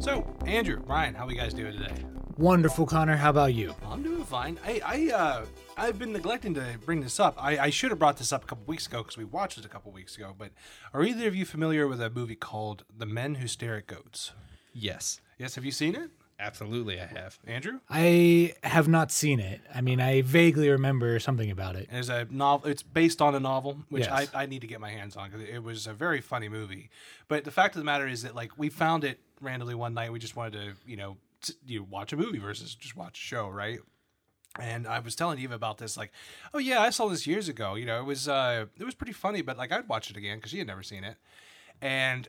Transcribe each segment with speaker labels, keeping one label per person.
Speaker 1: So, Andrew, Brian, how are you guys doing today?
Speaker 2: Wonderful, Connor. How about you?
Speaker 1: I'm doing fine. I, I, uh, I've been neglecting to bring this up. I, I should have brought this up a couple weeks ago because we watched it a couple weeks ago. But are either of you familiar with a movie called The Men Who Stare at Goats?
Speaker 3: Yes,
Speaker 1: Yes, have you seen it,
Speaker 3: absolutely, I have.
Speaker 1: Andrew?
Speaker 2: I have not seen it. I mean, I vaguely remember something about it.
Speaker 1: There's a novel. It's based on a novel, which
Speaker 2: Yes.
Speaker 1: I, I need to get my hands on because it was a very funny movie. But the fact of the matter is that like we found it randomly one night. We just wanted to you know t- you know, watch a movie versus just watch a show, right? And I was telling Eva about this, like, oh yeah, I saw this years ago. You know, it was uh, it was pretty funny, but like I'd watch it again because she had never seen it. And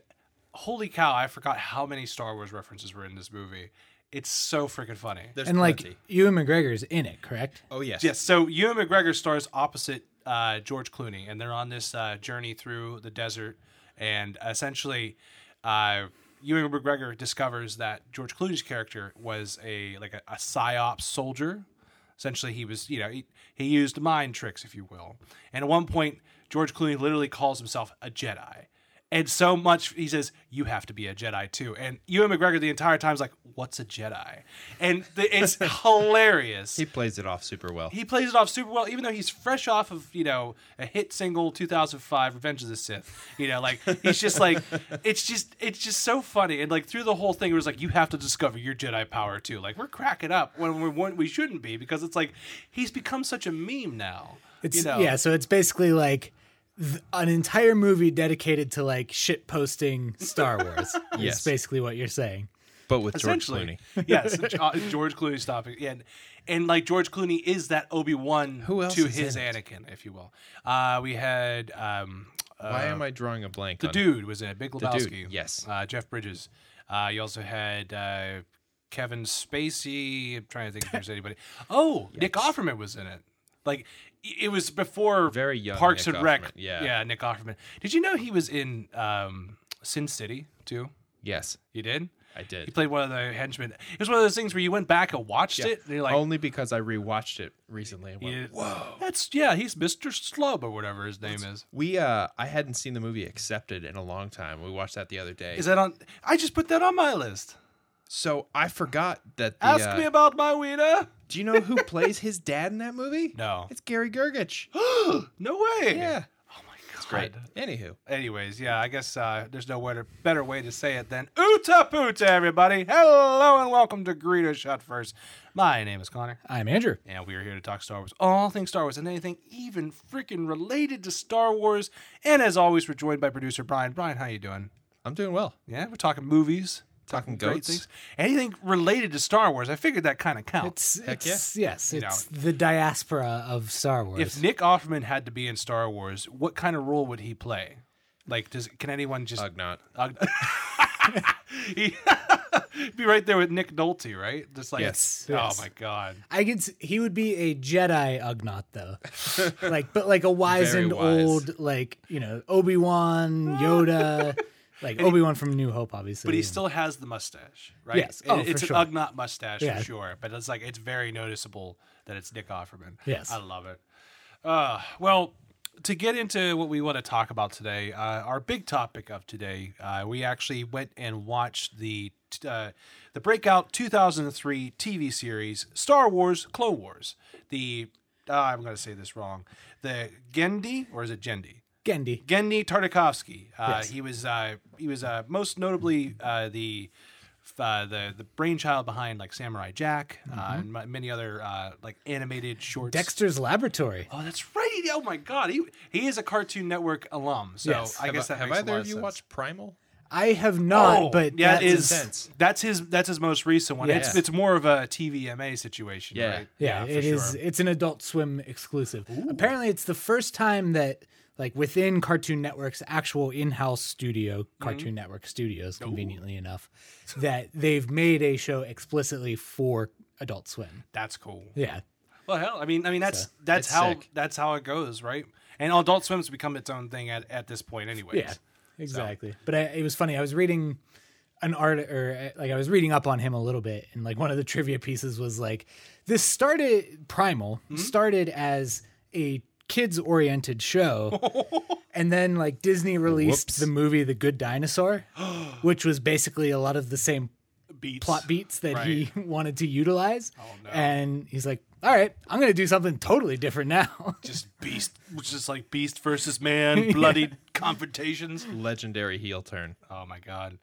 Speaker 1: holy cow, I forgot how many Star Wars references were in this movie. It's so freaking funny.
Speaker 3: There's
Speaker 2: And like
Speaker 3: plenty.
Speaker 2: Ewan McGregor's in it, correct?
Speaker 3: oh yes,
Speaker 1: Yes. So Ewan McGregor stars opposite uh, George Clooney, and they're on this uh, journey through the desert, and essentially, uh, Ewan McGregor discovers that George Clooney's character was a like a, a psyop soldier. Essentially, he was you know he, he used mind tricks, if you will. And at one point, George Clooney literally calls himself a Jedi. And so much, he says, you have to be a Jedi too. And Ewan McGregor the entire time is like, what's a Jedi? And the, it's hilarious
Speaker 3: He plays it off super well.
Speaker 1: he plays it off super well, even though he's fresh off of you know a hit single 2005, Revenge of the Sith. You know, like he's just like it's just it's just so funny, and like through the whole thing, it was like you have to discover your Jedi power too. Like we're cracking up when we when we shouldn't be because it's like he's become such a meme now.
Speaker 2: It's
Speaker 1: you know?
Speaker 2: yeah. So it's basically like th- an entire movie dedicated to like shit posting Star Wars.
Speaker 3: Yes.
Speaker 2: It's basically what you're saying.
Speaker 3: but with George
Speaker 1: essentially.
Speaker 3: Clooney,
Speaker 1: yes, uh, George Clooney stopping. Yeah, and, and like George Clooney is that Obi Wan
Speaker 3: Who else
Speaker 1: to
Speaker 3: is
Speaker 1: his
Speaker 3: in
Speaker 1: Anakin, if you will. Uh, we had. Um,
Speaker 3: why am I drawing a blank?
Speaker 1: The
Speaker 3: on
Speaker 1: dude was in it. Big Lebowski.
Speaker 3: Um, dude, yes.
Speaker 1: Uh, Jeff Bridges. Uh, you also had uh, Kevin Spacey. I'm trying to think if there's anybody. Oh, Nick Offerman was in it. Like i- it was before
Speaker 3: Very young
Speaker 1: Parks
Speaker 3: Nick
Speaker 1: and Rec.
Speaker 3: Offerman, yeah.
Speaker 1: yeah. Nick Offerman. Did you know he was in um, Sin City too?
Speaker 3: Yes,
Speaker 1: You did.
Speaker 3: I
Speaker 1: He
Speaker 3: did.
Speaker 1: played one of the henchmen. It was one of those things where you went back and watched it, and you're like,
Speaker 3: Only because I rewatched it recently. and went,
Speaker 1: you- That's yeah. He's Mr. Slub or whatever his name is."
Speaker 3: We uh I hadn't seen the movie Accepted in a long time. We watched that the other day.
Speaker 1: Is that on? I just put that on my list.
Speaker 3: so I forgot that the
Speaker 1: Ask
Speaker 3: uh,
Speaker 1: me about my wiener.
Speaker 3: Do you know who plays his dad in that movie?
Speaker 1: No.
Speaker 3: It's Gary Gergich.
Speaker 1: No way.
Speaker 3: yeah.
Speaker 1: Oh my god.
Speaker 3: Great. Anywho.
Speaker 1: Anyways, yeah, I guess uh, there's no better, better way to say it than Oota Poota, everybody. Hello and welcome to Greeter Shot First. My name is Connor,
Speaker 2: I'm Andrew.
Speaker 1: and we are here to talk Star Wars, all things Star Wars, and anything even freaking related to Star Wars. And as always, we're joined by producer Brian. Brian, how you doing?
Speaker 3: I'm doing well.
Speaker 1: Yeah, we're talking movies,
Speaker 3: Talking
Speaker 1: great
Speaker 3: goats.
Speaker 1: things, anything related to Star Wars. I figured that kind of counts.
Speaker 2: It's,
Speaker 3: Heck
Speaker 2: it's- yes,
Speaker 1: know.
Speaker 2: it's the diaspora of Star Wars.
Speaker 1: if Nick Offerman had to be in Star Wars, what kind of role would he play? Like, does can anyone just
Speaker 3: Ugnot.
Speaker 1: Ugg- He- be right there with Nick Nolte, right? Just like,
Speaker 2: Yes,
Speaker 1: oh
Speaker 2: yes.
Speaker 1: my god,
Speaker 2: I could, s- he would be a Jedi Ugnaught though, like but like a wise
Speaker 3: Very
Speaker 2: and
Speaker 3: wise.
Speaker 2: old, like you know Obi Wan, Yoda, like Obi Wan from New Hope, obviously.
Speaker 1: but he
Speaker 2: and-
Speaker 1: still has the mustache, right?
Speaker 2: Yes.
Speaker 1: It-
Speaker 2: Oh,
Speaker 1: it's
Speaker 2: for
Speaker 1: an
Speaker 2: sure.
Speaker 1: Ugnaught mustache
Speaker 2: Yeah.
Speaker 1: for sure, but it's like it's very noticeable that it's Nick Offerman.
Speaker 2: Yes.
Speaker 1: I love it. Uh, well, to get into what we want to talk about today, uh, our big topic of today, uh, we actually went and watched the t- uh, the breakout 2003 TV series Star Wars: Clone Wars. The uh, I'm going to say this wrong. The Gendi, or is it Gendi?
Speaker 2: Gendy.
Speaker 1: Gendy Tartakovsky. Uh,
Speaker 2: Yes.
Speaker 1: He was uh, he was uh, most notably uh, the uh, the the brainchild behind like Samurai Jack uh, and m- many other uh, like animated shorts.
Speaker 2: Dexter's Laboratory.
Speaker 1: Oh, that's right. Oh my God, he he is a Cartoon Network alum. So
Speaker 2: Yes.
Speaker 1: I
Speaker 3: Have,
Speaker 1: guess that
Speaker 3: have
Speaker 1: makes a
Speaker 3: either
Speaker 1: lot
Speaker 3: of you
Speaker 1: sense.
Speaker 3: watched Primal?
Speaker 2: I have not,
Speaker 1: Oh,
Speaker 2: but
Speaker 1: yeah,
Speaker 2: that
Speaker 1: it is
Speaker 3: intense.
Speaker 1: that's his that's his most recent one. It's
Speaker 3: Yeah.
Speaker 1: it's more of a TVMA situation.
Speaker 3: Yeah.
Speaker 1: right?
Speaker 2: Yeah,
Speaker 1: for
Speaker 2: it is.
Speaker 1: sure.
Speaker 2: It's an Adult Swim exclusive. Apparently, it's the first time that like within Cartoon Network's actual in-house studio,
Speaker 1: Mm-hmm.
Speaker 2: Cartoon Network Studios, conveniently enough, that they've made a show explicitly for Adult Swim.
Speaker 1: That's cool.
Speaker 2: Yeah,
Speaker 1: Well, hell, I mean, I mean that's that's
Speaker 3: it's
Speaker 1: how
Speaker 3: sick.
Speaker 1: that's how it goes, right? And Adult Swim's become its own thing at, at this point, anyways.
Speaker 2: yeah, exactly. But I, it was funny. I was reading an art or uh, like I was reading up on him a little bit, and like one of the trivia pieces was like this started Primal
Speaker 1: Hmm?
Speaker 2: started as a kids oriented show. And then, like Disney released
Speaker 3: Whoops.
Speaker 2: the movie The Good Dinosaur, which was basically a lot of the same
Speaker 1: beats.
Speaker 2: plot beats that he wanted to utilize.
Speaker 1: Oh, no.
Speaker 2: And he's like, all right, I'm going to do something totally different now.
Speaker 1: Just beast, which is like beast versus man, bloody confrontations.
Speaker 3: Legendary heel turn.
Speaker 1: Oh my god.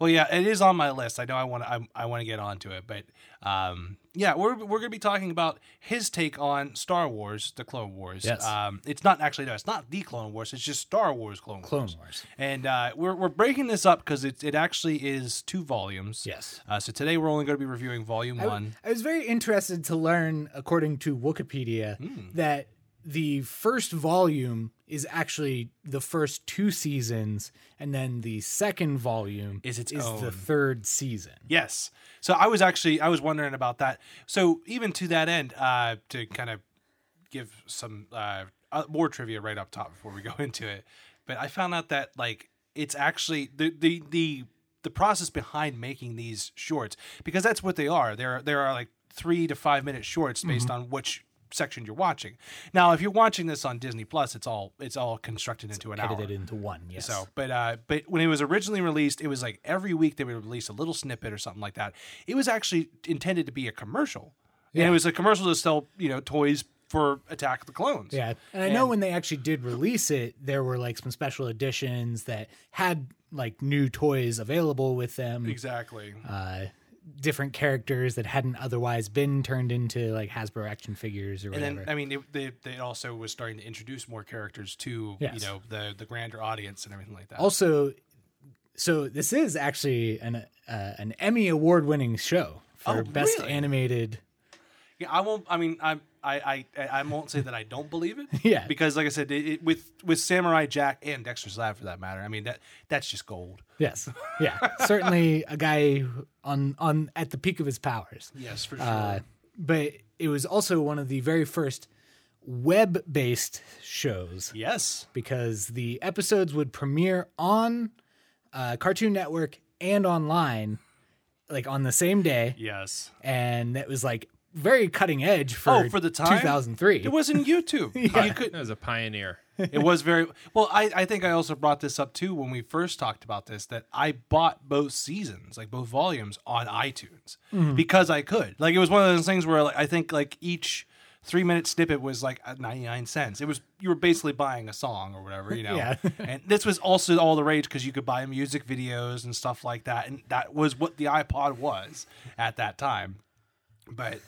Speaker 1: Well, yeah, it is on my list. I know I want to. I, I want to get onto it, but um, yeah, we're we're gonna be talking about his take on Star Wars, the Clone Wars.
Speaker 2: Yes.
Speaker 1: Um, it's not actually no, it's not the Clone Wars. It's just Star Wars Clone,
Speaker 2: Clone Wars.
Speaker 1: And uh, we're we're breaking this up because it it actually is two volumes.
Speaker 2: Yes.
Speaker 1: Uh, so today we're only going to be reviewing Volume
Speaker 2: I-
Speaker 1: One.
Speaker 2: I was very interested to learn, according to Wikipedia,
Speaker 1: Hmm.
Speaker 2: that the first volume is actually the first two seasons, and then the second volume
Speaker 1: Is its
Speaker 2: the
Speaker 1: own.
Speaker 2: third season.
Speaker 1: Yes. So I was actually I was wondering about that. So even to that end, uh, to kind of give some uh, uh, more trivia right up top before we go into it, but I found out that like it's actually the the the the process behind making these shorts because that's what they are. There there are like three to five minute shorts based on which section you're watching. Now, if you're watching this on Disney Plus, it's all it's all constructed into an hour.
Speaker 2: Edited into one, yes.
Speaker 1: So, but uh, but when it was originally released, it was like every week they would release a little snippet or something like that. It was actually intended to be a commercial, and it was a commercial to sell you know toys for Attack of the Clones.
Speaker 2: Yeah. And I know when they actually did release it, there were like some special editions that had like new toys available with them,
Speaker 1: exactly.
Speaker 2: uh, different characters that hadn't otherwise been turned into like Hasbro action figures or
Speaker 1: and
Speaker 2: whatever.
Speaker 1: then I mean, it, they they also was starting to introduce more characters to
Speaker 2: Yes. Oh.
Speaker 1: you know the the grander audience and everything like that.
Speaker 2: also, so this is actually an uh, an Emmy award winning show for
Speaker 1: Oh,
Speaker 2: best
Speaker 1: really?
Speaker 2: animated.
Speaker 1: Yeah, I won't. I mean, I'm. I, I I won't say that I don't believe it.
Speaker 2: Yeah.
Speaker 1: because like I said, it, it, with with Samurai Jack and Dexter's Lab for that matter, I mean that that's just gold.
Speaker 2: Yes, yeah, certainly a guy on on at the peak of his powers.
Speaker 1: Yes, for sure.
Speaker 2: Uh, but it was also one of the very first web based shows
Speaker 1: yes,
Speaker 2: because the episodes would premiere on uh, Cartoon Network and online, like on the same day,
Speaker 1: yes.
Speaker 2: and that was like very cutting edge for
Speaker 1: Oh, for the time?
Speaker 2: 2003.
Speaker 1: It wasn't YouTube. You could.
Speaker 3: That was a pioneer.
Speaker 1: It was very well. I, I think I also brought this up too when we first talked about this that I bought both seasons, like both volumes, on iTunes because I could. Like it was one of those things where like, I think like each three minute snippet was like uh, ninety nine cents. It was you were basically buying a song or whatever, you know.
Speaker 2: Yeah.
Speaker 1: and this was also all the rage because you could buy music videos and stuff like that, and that was what the iPod was at that time. But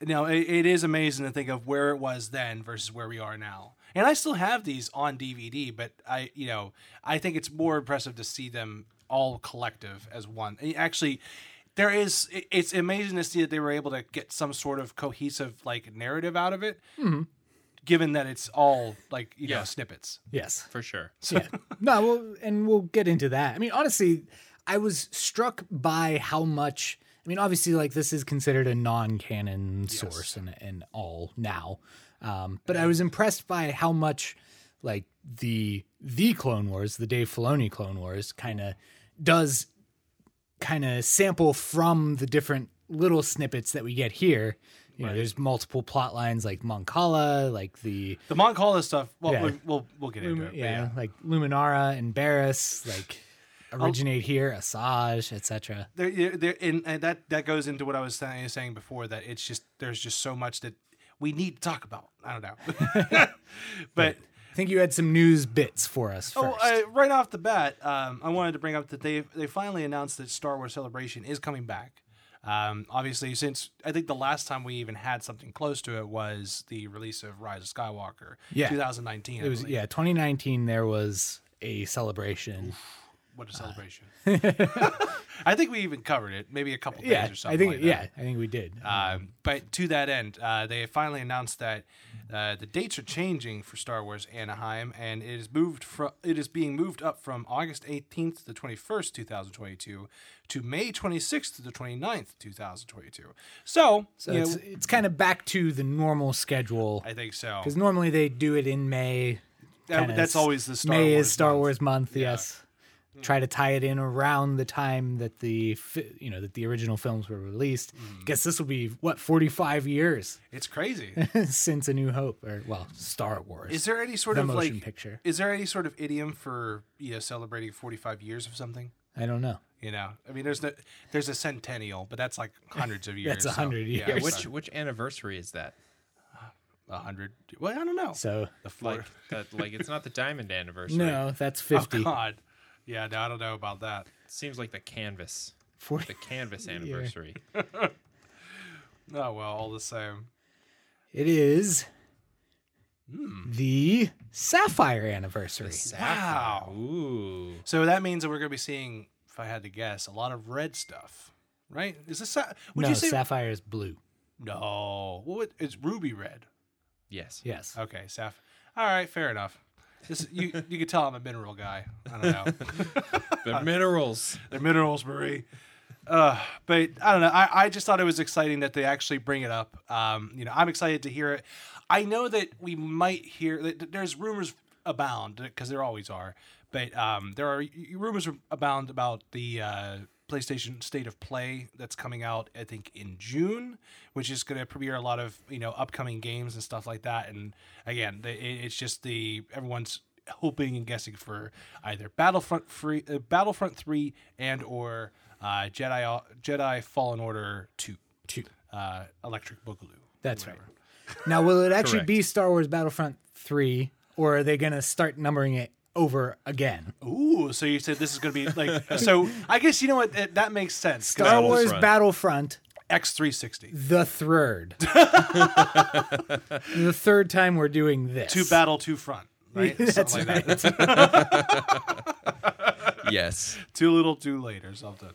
Speaker 1: you know, it, it is amazing to think of where it was then versus where we are now. And I still have these on DVD, but I, you know, I think it's more impressive to see them all collective as one. And Actually, there is. it- It's amazing to see that they were able to get some sort of cohesive like narrative out of it, given that it's all like you know
Speaker 3: Yeah.
Speaker 1: snippets.
Speaker 2: yes.
Speaker 3: For sure. Uh,
Speaker 2: yeah. No, we'll, and we'll get into that. I mean, honestly, I was struck by how much. I mean, obviously, like this is considered a non-canon source and and all now, um, but I was impressed by how much like the the Clone Wars, the Dave Filoni Clone Wars, kind of does kind of sample from the different little snippets that we get here. You know, there's multiple plot lines like Moncala, like the
Speaker 1: The Mon Cala stuff. Well,
Speaker 2: Yeah.
Speaker 1: we we'll we'll get into it. but
Speaker 2: yeah, like Luminara and Barris, like originate here, Asajj, etc.
Speaker 1: there, there, there and, and that that goes into what I was saying, saying before that it's just there's just so much that we need to talk about. I don't know, but
Speaker 2: I think you had some news bits for us first.
Speaker 1: oh, uh, right off the bat, um, I wanted to bring up that they they finally announced that Star Wars Celebration is coming back. Um, obviously, since I think the last time we even had something close to it was the release of Rise of Skywalker,
Speaker 2: Yeah.
Speaker 1: 2019.
Speaker 2: it was yeah, 2019. There was a celebration.
Speaker 1: what a celebration! I think we even covered it, maybe a couple
Speaker 2: yeah,
Speaker 1: days or
Speaker 2: I
Speaker 1: something.
Speaker 2: think
Speaker 1: like that.
Speaker 2: yeah, I think we did.
Speaker 1: Um, but to that end, uh, they have finally announced that uh, the dates are changing for Star Wars Anaheim, and it is moved from it is being moved up from August 18th to the 21st, 2022, to May 26th to the 29th, 2022. So,
Speaker 2: so
Speaker 1: you know,
Speaker 2: it's it's kind of back to the normal schedule
Speaker 1: I think so.
Speaker 2: because normally they do it in May.
Speaker 1: That-
Speaker 2: kinda
Speaker 1: that's
Speaker 2: s-
Speaker 1: always the Star
Speaker 2: May
Speaker 1: Wars
Speaker 2: is Star
Speaker 1: month.
Speaker 2: Wars month. Yes. Try to tie it in around the time that the fi- you know that the original films were released.
Speaker 1: Mm.
Speaker 2: Guess this will be what 45 years
Speaker 1: It's crazy.
Speaker 2: since A New Hope, or well, Star Wars.
Speaker 1: Is there any sort
Speaker 2: The
Speaker 1: of
Speaker 2: motion
Speaker 1: like
Speaker 2: picture.
Speaker 1: Is there any sort of idiom for you know celebrating 45 years of something?
Speaker 2: I don't know.
Speaker 1: You know, I mean, there's no, there's a centennial, but that's like hundreds of years.
Speaker 2: That's a hundred
Speaker 1: Yeah,
Speaker 2: years. Or
Speaker 3: Yeah,
Speaker 1: which
Speaker 3: which which anniversary is that?
Speaker 1: a hundred? Well, I don't know.
Speaker 2: So
Speaker 1: the floor.
Speaker 3: Like that like it's not the diamond anniversary.
Speaker 2: no, that's
Speaker 1: oh
Speaker 2: 50.
Speaker 1: God. Yeah, no, I don't know about that.
Speaker 3: It seems like the canvas.
Speaker 2: 40.
Speaker 3: The canvas anniversary.
Speaker 1: Oh well, all the same.
Speaker 2: It is
Speaker 1: Hmm.
Speaker 2: the Sapphire anniversary.
Speaker 1: Wow.
Speaker 3: Ooh.
Speaker 1: So that means that we're gonna be seeing, if I had to guess, a lot of red stuff, right? Is this sa- would
Speaker 2: no,
Speaker 1: you say
Speaker 2: Sapphire is blue.
Speaker 1: no? What would- it's ruby red?
Speaker 3: Yes.
Speaker 2: Yes.
Speaker 1: Okay, Saf. All right, fair enough. This you you can tell I'm a mineral guy. I don't know.
Speaker 3: The minerals.
Speaker 1: They're minerals, Marie. Uh, but I don't know. I, I just thought it was exciting that they actually bring it up. Um, you know, I'm excited to hear it. I know that we might hear that there's rumors abound because there always are. But um, there are y- y- rumors abound about the uh, PlayStation State of Play that's coming out. I think in June, which is going to premiere a lot of you know upcoming games and stuff like that. And again, the, it, it's just the everyone's hoping and guessing for either Battlefront free, uh, Battlefront three, and or uh, Jedi Jedi Fallen Order two,
Speaker 2: Two.
Speaker 1: uh, Electric Boogaloo.
Speaker 2: That's
Speaker 1: whatever.
Speaker 2: Now, will it actually
Speaker 3: Correct.
Speaker 2: be Star Wars Battlefront 3, or are they going to start numbering it over again?
Speaker 1: Ooh, so you said this is going to be like so? I guess you know what that, that makes sense.
Speaker 2: Star Wars
Speaker 3: Battlefront.
Speaker 2: Battlefront
Speaker 1: X three sixty
Speaker 2: the third. the third time we're doing this.
Speaker 1: two battle two front. Right,
Speaker 2: That's
Speaker 1: something like that.
Speaker 3: Yes.
Speaker 1: too little, too late, or something.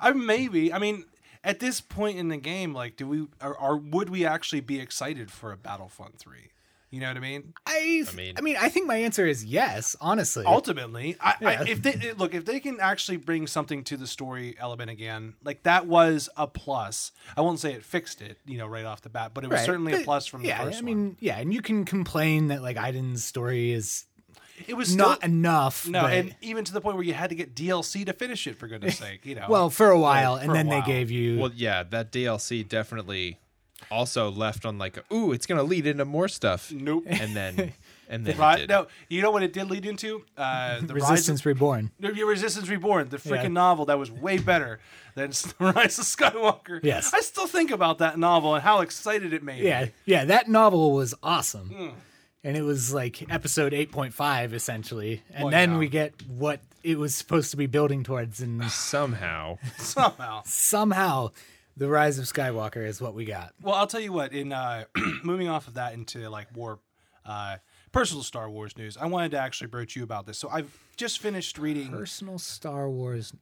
Speaker 1: I maybe. I mean, at this point in the game, like, do we or, or would we actually be excited for a Battlefront three? You know what I mean?
Speaker 2: I, I
Speaker 3: I
Speaker 2: mean,
Speaker 3: mean-
Speaker 2: I think my answer is yes. Honestly,
Speaker 1: ultimately I, I, if they look if they can actually bring something to the story element again like that was a plus i won't say it fixed it you know right off the bat but it was
Speaker 2: Right,
Speaker 1: certainly a
Speaker 2: but
Speaker 1: plus from
Speaker 2: yeah,
Speaker 1: the first
Speaker 2: I mean, yeah, and you can complain that like Iden's story is
Speaker 1: one it was still,
Speaker 2: not enough.
Speaker 1: no
Speaker 2: but-
Speaker 1: and even to the point where you had to get dlc to finish it for goodness sake you know
Speaker 2: well, for a while,
Speaker 1: for
Speaker 2: and
Speaker 1: a
Speaker 2: then
Speaker 1: while.
Speaker 2: they gave you
Speaker 3: Well, yeah, that DLC definitely also left on like, ooh, it's gonna lead into more stuff.
Speaker 1: nope
Speaker 3: And then, and then it
Speaker 1: right
Speaker 3: did.
Speaker 1: no you know what it did lead into uh the rise of
Speaker 2: Resistance Reborn.
Speaker 1: No, Your Resistance Reborn, the freaking
Speaker 2: Yeah.
Speaker 1: novel that was way better than The Rise of Skywalker.
Speaker 2: Yes.
Speaker 1: I still think about that novel and how excited it made. me.
Speaker 2: Yeah, yeah, that novel was awesome.
Speaker 1: Hmm.
Speaker 2: And it was like episode 8.5 essentially. And
Speaker 1: Well,
Speaker 2: then
Speaker 1: yeah.
Speaker 2: we get what it was supposed to be building towards and
Speaker 3: Somehow,
Speaker 1: somehow.
Speaker 2: somehow the rise of Skywalker is what we got.
Speaker 1: Well, I'll tell you what. In uh, moving off of that into like more uh, personal Star Wars news, I wanted to actually broach you about this. So I've just finished reading.
Speaker 2: Personal Star Wars.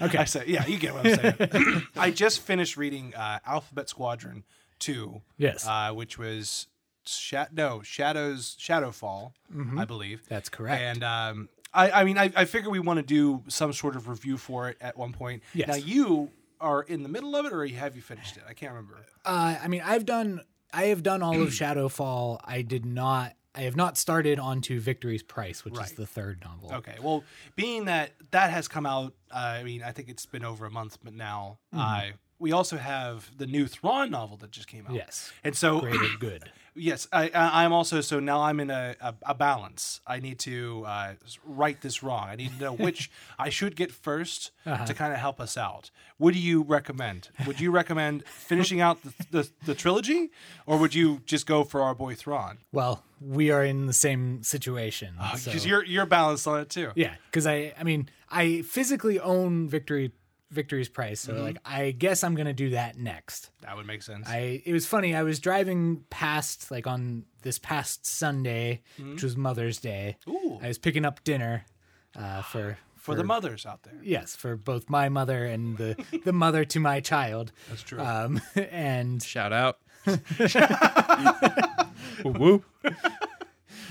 Speaker 1: Okay, I said, yeah, you get what I'm saying. I just finished reading uh, Alphabet Squadron Two.
Speaker 2: Yes.
Speaker 1: uh, which was Sha- no Shadows Shadowfall, I believe.
Speaker 2: Mm-hmm. That's correct.
Speaker 1: And um, I, I mean, I, I figure we want to do some sort of review for it at one point.
Speaker 2: Yes.
Speaker 1: Now you are in the middle of it, or have you finished it? I can't remember.
Speaker 2: Uh, I mean, I've done I have done all of Shadowfall. I did not I have not started onto Victory's Price, which is
Speaker 1: Right.
Speaker 2: the third novel.
Speaker 1: Okay. Well, being that that has come out, uh, I mean, I think it's been over a month, but now
Speaker 2: Mm-hmm.
Speaker 1: uh, we also have the new Thrawn novel that just came out.
Speaker 2: Yes.
Speaker 1: And so,
Speaker 2: Rated good.
Speaker 1: yes, I, I, I'm also so now I'm in a, a, a balance. I need to uh, s- right this wrong. I need to know which I should get 1st
Speaker 2: Uh-huh.
Speaker 1: to kind of help us out. What do you recommend? Would you recommend finishing out the, the, the trilogy, or would you just go for our boy Thrawn?
Speaker 2: Well, we are in the same situation. so-
Speaker 1: Because you're you're balanced on it too.
Speaker 2: Yeah, because I, I mean, I physically own Victory, Victory's Price,
Speaker 1: Mm-hmm.
Speaker 2: so like, I guess I'm gonna do that next.
Speaker 1: That would make sense.
Speaker 2: I, it was funny. I was driving past, like on this past Sunday, which was Mother's Day.
Speaker 1: Mm-hmm. Ooh.
Speaker 2: I was picking up dinner, uh, for
Speaker 1: for the mothers out there.
Speaker 2: yes, for both my mother and the the mother to my child.
Speaker 1: That's true.
Speaker 2: Um, and
Speaker 3: shout out. woo, woo.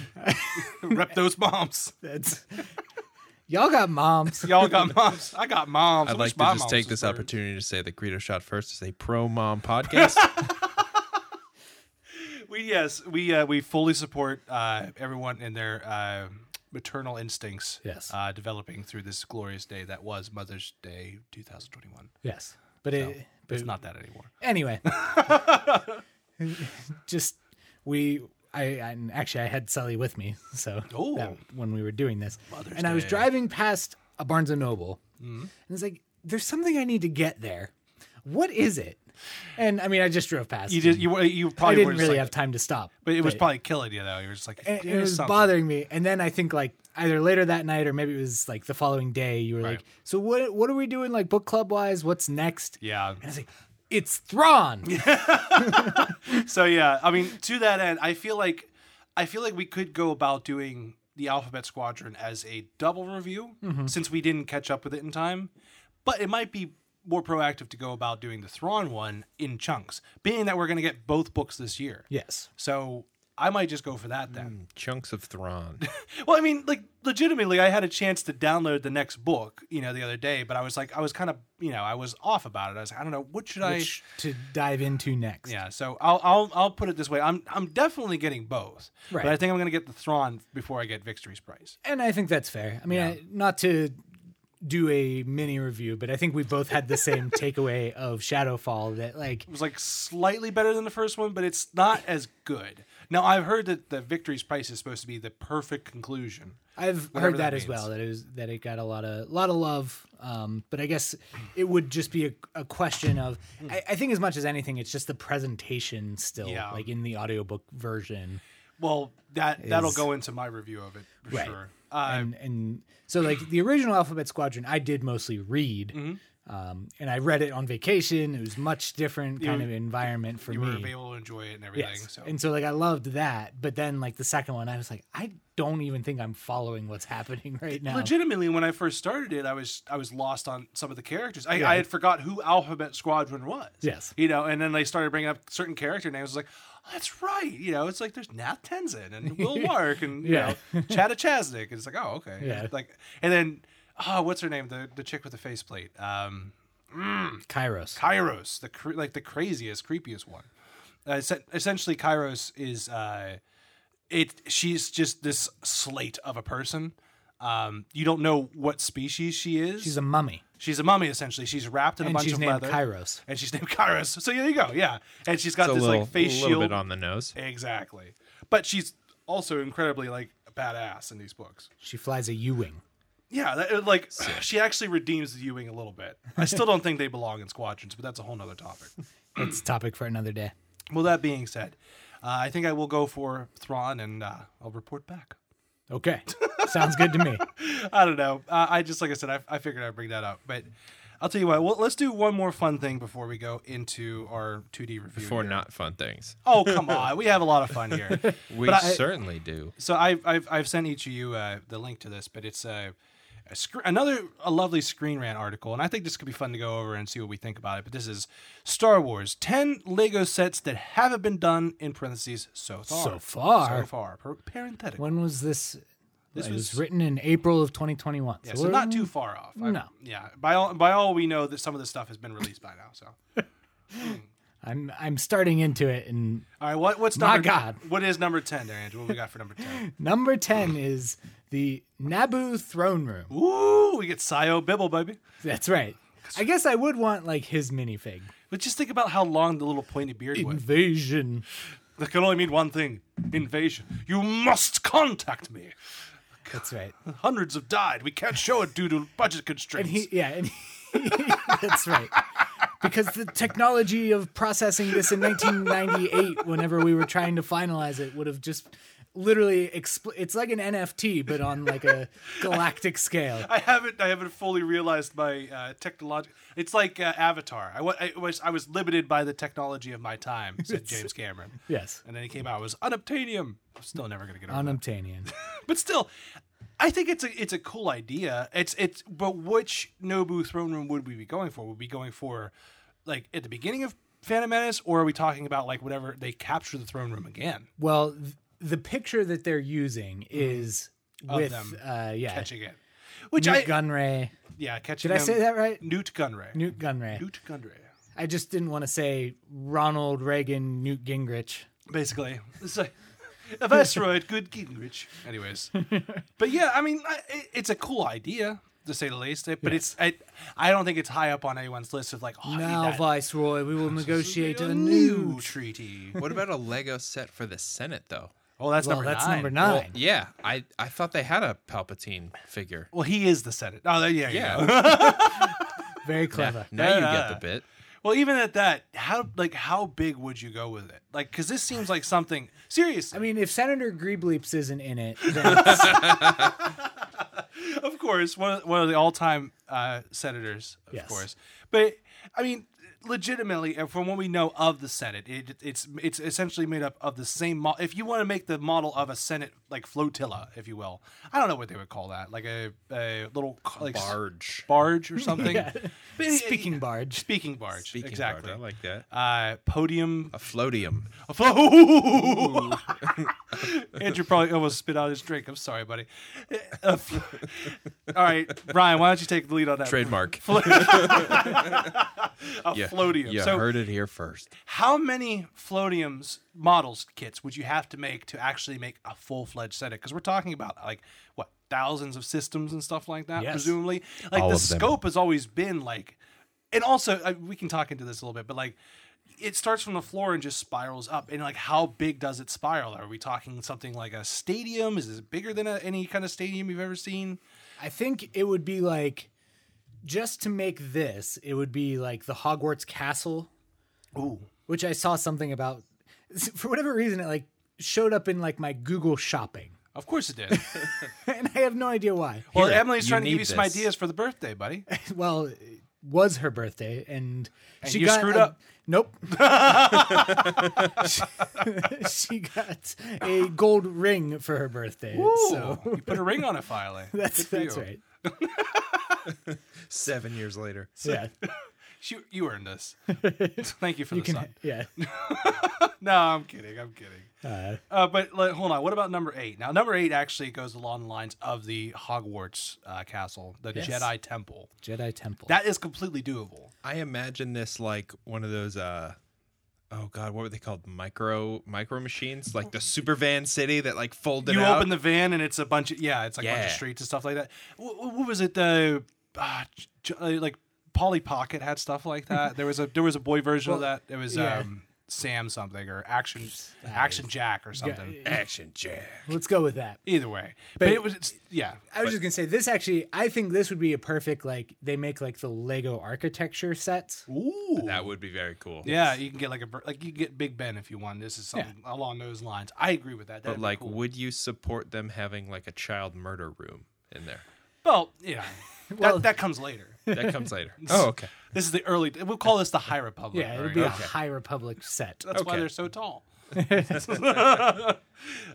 Speaker 1: Rep those moms.
Speaker 2: that's y'all got moms.
Speaker 1: Y'all got moms. I got moms.
Speaker 3: I'd
Speaker 1: I
Speaker 3: like
Speaker 1: wish
Speaker 3: to
Speaker 1: my
Speaker 3: just
Speaker 1: moms
Speaker 3: take
Speaker 1: was
Speaker 3: this
Speaker 1: there.
Speaker 3: opportunity to say that Greedo Shot First is a pro mom podcast.
Speaker 1: We yes, we uh, we fully support uh, everyone in their uh, maternal instincts.
Speaker 2: Yes.
Speaker 1: Uh, developing through this glorious day that was Mother's Day 2021.
Speaker 2: Yes, but it, but
Speaker 1: It's not that anymore.
Speaker 2: anyway just we I, I actually i had sally with me so
Speaker 1: Oh.
Speaker 2: that- when we were doing this
Speaker 1: Mother's
Speaker 2: and i was
Speaker 1: Day. Mm-hmm.
Speaker 2: driving past a barnes and noble And it's like, there's something I need to get there. What is it? And I mean, I just drove past.
Speaker 1: You
Speaker 2: it.
Speaker 1: just you were- you
Speaker 2: I
Speaker 1: probably were
Speaker 2: didn't
Speaker 1: just
Speaker 2: really
Speaker 1: like-
Speaker 2: have time to stop.
Speaker 1: but it was probably killing you though. You were just like
Speaker 2: and it
Speaker 1: "Here's
Speaker 2: was
Speaker 1: something."
Speaker 2: bothering me. And then I think like either later that night or maybe it was like the following day. You were
Speaker 1: Right.
Speaker 2: like, so what? What are we doing? Like book club wise, what's next?
Speaker 1: Yeah.
Speaker 2: And I was like, it's Thrawn.
Speaker 1: So yeah, I mean, to that end, I feel like I feel like we could go about doing the Alphabet Squadron as a double review since we didn't catch up with it in time. But it might be more proactive to go about doing the Thrawn one in chunks, being that we're going to get both books this year.
Speaker 2: Yes.
Speaker 1: So I might just go for that then.
Speaker 3: Chunks of Thrawn.
Speaker 1: Well, I mean, like legitimately, I had a chance to download the next book, you know, the other day, but I was like, I was kind of, you know, I was off about it. I was like, I don't know, what should I?
Speaker 2: Which to dive into next.
Speaker 1: Yeah, so I'll I'll I'll put it this way. I'm I'm definitely getting both,
Speaker 2: Right.
Speaker 1: but I think I'm gonna get the Thrawn before I get Victory's Prize.
Speaker 2: And I think that's fair. I mean, I, not to do a mini review, but I think we both had the same takeaway of Shadowfall that like
Speaker 1: It was like slightly better than the first one, but it's not as good. Now I've heard that the Victory's Price is supposed to be the perfect conclusion.
Speaker 2: I've
Speaker 1: Whatever
Speaker 2: heard that,
Speaker 1: that
Speaker 2: as
Speaker 1: means.
Speaker 2: well that it was that it got a lot of lot of love. Um, but I guess it would just be a, a question of I, I think as much as anything, it's just the presentation still
Speaker 1: Hmm. Yeah.
Speaker 2: like in the audiobook version.
Speaker 1: Well, that that'll
Speaker 2: Is-
Speaker 1: go into my review of it for
Speaker 2: Right.
Speaker 1: sure. Uh,
Speaker 2: and, and so like the original Alphabet Squadron, I did mostly read,
Speaker 1: Mm-hmm.
Speaker 2: um, and I read it on vacation. It was much different kind of environment for
Speaker 1: you
Speaker 2: me.
Speaker 1: were able to enjoy it and everything.
Speaker 2: Yes.
Speaker 1: So
Speaker 2: And so like I loved that, but then like the second one, I was like, I don't even think I'm following what's happening right now.
Speaker 1: legitimately when i first started it i was i was lost on some of the characters i, I had forgot who alphabet squadron was
Speaker 2: Yes.
Speaker 1: you know and then they started bringing up certain character names I was like "Oh, that's right you know it's like there's nat tenzin and will mark and you
Speaker 2: Yeah.
Speaker 1: know chada chasnik it's like oh okay
Speaker 2: Yeah.
Speaker 1: like and then oh what's her name the the chick with the faceplate um
Speaker 2: Kairos.
Speaker 1: Kairos, the cr- like the craziest, creepiest one. Uh, es- essentially, Kairos is uh, it. She's just this slate of a person. Um, you don't know what species she is.
Speaker 2: She's a mummy.
Speaker 1: She's a mummy essentially. She's wrapped in a
Speaker 2: And
Speaker 1: bunch
Speaker 2: she's
Speaker 1: of
Speaker 2: named
Speaker 1: leather,
Speaker 2: Kairos.
Speaker 1: and she's named Kairos. So there you go. Yeah, and she's got
Speaker 3: It's a
Speaker 1: this
Speaker 3: little,
Speaker 1: like face
Speaker 3: little
Speaker 1: shield.
Speaker 3: bit on the nose.
Speaker 1: exactly, but she's also incredibly like badass in these books.
Speaker 2: She flies a U Wing.
Speaker 1: Yeah, that, it, like she actually redeems Ewing a little bit. I still don't think they belong in squadrons, but that's a whole nother topic.
Speaker 2: That's a topic for another day.
Speaker 1: Well, that being said, uh, I think I will go for Thrawn and uh, I'll report back.
Speaker 2: Okay. Sounds good to me.
Speaker 1: I don't know. Uh, I just, like I said, I, I figured I'd bring that up. But I'll tell you what, well, let's do one more fun thing before we go into our 2D review.
Speaker 3: For
Speaker 1: here.
Speaker 3: not fun things.
Speaker 1: Oh, come on. We have a lot of fun here.
Speaker 3: We
Speaker 1: But I-
Speaker 3: certainly do.
Speaker 1: so I've, I've, I've sent each of you uh, the link to this, but it's uh, a sc- another a lovely Screen Rant article, and I think this could be fun to go over and see what we think about it. But this is Star Wars: ten Lego sets that haven't been done in parentheses so far.
Speaker 2: So far.
Speaker 1: so far, per- parenthetically.
Speaker 2: When was this?
Speaker 1: This
Speaker 2: it was,
Speaker 1: was-
Speaker 2: written in April of 2021.
Speaker 1: Yeah, so not too far off. I'm-
Speaker 2: No.
Speaker 1: Yeah. By all by all we know that some of the stuff has been released by now. So
Speaker 2: I'm I'm starting into it, and
Speaker 1: all right, what what's
Speaker 2: My
Speaker 1: number,
Speaker 2: God.
Speaker 1: What is number ten there, Andrew? What we got for number ten?
Speaker 2: number ten is the Naboo throne room.
Speaker 1: Ooh, we get Sayo Bibble, baby.
Speaker 2: That's right. I guess I would want like his minifig
Speaker 1: But just think about how long the little pointy beard was.
Speaker 2: invasion.
Speaker 1: That can only mean one thing. Invasion. You must contact me.
Speaker 2: That's right.
Speaker 1: Hundreds have died. We can't show it due to budget
Speaker 2: And
Speaker 1: constraints.
Speaker 2: he, yeah, and he, that's right. Because the technology of processing this in 1998, whenever we were trying to finalize it, would have just literally expl- it's like an NFT, but on like a galactic scale.
Speaker 1: I haven't I haven't fully realized my uh, technological. It's like uh, Avatar. I, wa- I was I was limited by the technology of my time. Said James Cameron.
Speaker 2: Yes,
Speaker 1: And then he came out it was unobtainium. I'm still never gonna get over that.
Speaker 2: unobtainian.
Speaker 1: But still, I think it's a it's a cool idea. It's it's but which Nobu throne room would we be going for? Would we be going for like at the beginning of Phantom Menace, or are we talking about like whatever they capture the throne room again?
Speaker 2: Well, th- the picture that they're using is
Speaker 1: Mm-hmm. Of
Speaker 2: with
Speaker 1: them
Speaker 2: uh, yeah,
Speaker 1: Catching it. Which
Speaker 2: Newt
Speaker 1: I
Speaker 2: Gunray.
Speaker 1: yeah, catching
Speaker 2: Did I
Speaker 1: them-
Speaker 2: say that right?
Speaker 1: Newt Gunray.
Speaker 2: Newt Gunray.
Speaker 1: Newt Gunray.
Speaker 2: I just didn't want to say Ronald Reagan Newt Gingrich.
Speaker 1: Basically. It's like of asteroid, good Gingrich. Anyways. But yeah, I mean, I, it- it's a cool idea to say the least. It, but it's I, I don't think it's high up on anyone's list of like, oh, I need
Speaker 2: Now,
Speaker 1: that.
Speaker 2: Viceroy, we will negotiate
Speaker 1: a
Speaker 2: a new.
Speaker 1: treaty.
Speaker 3: What about a Lego set for the Senate, though?
Speaker 1: Oh, that's
Speaker 2: well,
Speaker 1: number
Speaker 2: that's
Speaker 1: nine.
Speaker 2: number
Speaker 1: Well,
Speaker 2: nine.
Speaker 3: Yeah, I I thought they had a Palpatine figure.
Speaker 1: Well, he is the Senate. Oh, there- yeah, yeah.
Speaker 3: Yeah.
Speaker 2: Very clever.
Speaker 3: now you get the bit.
Speaker 1: Well, even at that, how like how big would you go with it? Like, because this seems like something serious.
Speaker 2: I mean, if Senator Greebleeps isn't in it, then it's-
Speaker 1: of course, one of, one of the all-time uh, senators, of
Speaker 2: Yes.
Speaker 1: course. But I mean, legitimately, and from what we know of the Senate, it, it's it's essentially made up of the same. Mo- if you want to make the model of a Senate like flotilla, if you will, I don't know what they would call that, like a, a little c- like s-
Speaker 3: Barge.
Speaker 1: barge or something. But it-
Speaker 2: speaking barge.
Speaker 1: speaking barge,
Speaker 3: Speaking
Speaker 1: exactly.
Speaker 3: barge, I like that.
Speaker 1: uh, podium
Speaker 3: A floatium.
Speaker 1: a
Speaker 3: Oh.
Speaker 1: flow. Andrew probably almost spit out his drink. I'm sorry, buddy. A fl- All right, Brian, why don't you take the lead on that?
Speaker 3: Trademark.
Speaker 1: A
Speaker 3: Yeah.
Speaker 1: floatium.
Speaker 3: You
Speaker 1: so,
Speaker 3: heard it here first.
Speaker 1: how many floatiums models kits would you have to make to actually make a full fledged Senate? Because we're talking about like what thousands of systems and stuff like that,
Speaker 2: Yes.
Speaker 1: presumably. Like
Speaker 3: All
Speaker 1: the
Speaker 3: of them.
Speaker 1: scope has always been like, and also I, we can talk into this a little bit, but like. It starts from the floor and just spirals up. And like, how big does it spiral? Are we talking something like a stadium? Is it bigger than a, any kind of stadium you've ever seen?
Speaker 2: I think it would be like just to make this, it would be like the Hogwarts castle,
Speaker 1: Ooh,
Speaker 2: which I saw something about for whatever reason it like showed up in like my Google shopping.
Speaker 1: of course it did.
Speaker 2: And I have no idea why.
Speaker 1: well,
Speaker 3: Here,
Speaker 1: Emily's
Speaker 3: you
Speaker 1: trying to give
Speaker 3: need
Speaker 1: you some
Speaker 3: this.
Speaker 1: ideas for the birthday, buddy.
Speaker 2: Well, it was her birthday and, she
Speaker 1: you
Speaker 2: got
Speaker 1: screwed
Speaker 2: a-
Speaker 1: up.
Speaker 2: Nope. she got a gold ring for her birthday. So
Speaker 1: Ooh, you put a ring on it finally.
Speaker 2: that's
Speaker 1: Good for
Speaker 2: that's
Speaker 1: you.
Speaker 2: right.
Speaker 3: Seven years later.
Speaker 2: Yeah.
Speaker 1: She, you earned this. Thank you for the sub.
Speaker 2: Yeah.
Speaker 1: No, I'm kidding. I'm kidding.
Speaker 2: Uh,
Speaker 1: Uh, but like, hold on. What about number eight? Now, number eight actually goes along the lines of the Hogwarts uh, castle, the
Speaker 2: Yes.
Speaker 1: Jedi Temple.
Speaker 2: Jedi Temple.
Speaker 1: That is completely doable.
Speaker 3: I imagine this like one of those uh oh god, what were they called? Micro micro machines? Like the super van city that like folded
Speaker 1: you
Speaker 3: out.
Speaker 1: open the van and it's a bunch of yeah, it's like a bunch of
Speaker 3: Yeah.
Speaker 1: streets and stuff like that. What, what was it? Uh, ah, j- uh, like Polly Pocket had stuff like that. There was a there was a boy version of that. It was
Speaker 2: yeah.
Speaker 1: um, Sam something or Action Action Jack or something.
Speaker 3: action jack.
Speaker 2: Let's go with that.
Speaker 1: Either way, but, it was it's, yeah.
Speaker 2: I was just gonna say this actually. I think this would be a perfect like they make like the Lego architecture sets.
Speaker 1: Ooh,
Speaker 3: That would be very cool.
Speaker 1: Yeah, you can get like a bir- like you can get Big Ben if you want. This is something along those lines. I agree with that.
Speaker 3: But
Speaker 1: That'd be
Speaker 3: like
Speaker 1: cool.
Speaker 3: would you support them having like a child murder room in there?
Speaker 1: well, yeah,
Speaker 2: Well-
Speaker 1: that that comes later.
Speaker 3: That comes later. oh, okay.
Speaker 1: This is the early. We'll call this the High Republic.
Speaker 2: Yeah, it
Speaker 1: all
Speaker 2: would
Speaker 1: right?
Speaker 2: be a High Republic set.
Speaker 1: That's why
Speaker 3: okay.
Speaker 1: they're so tall.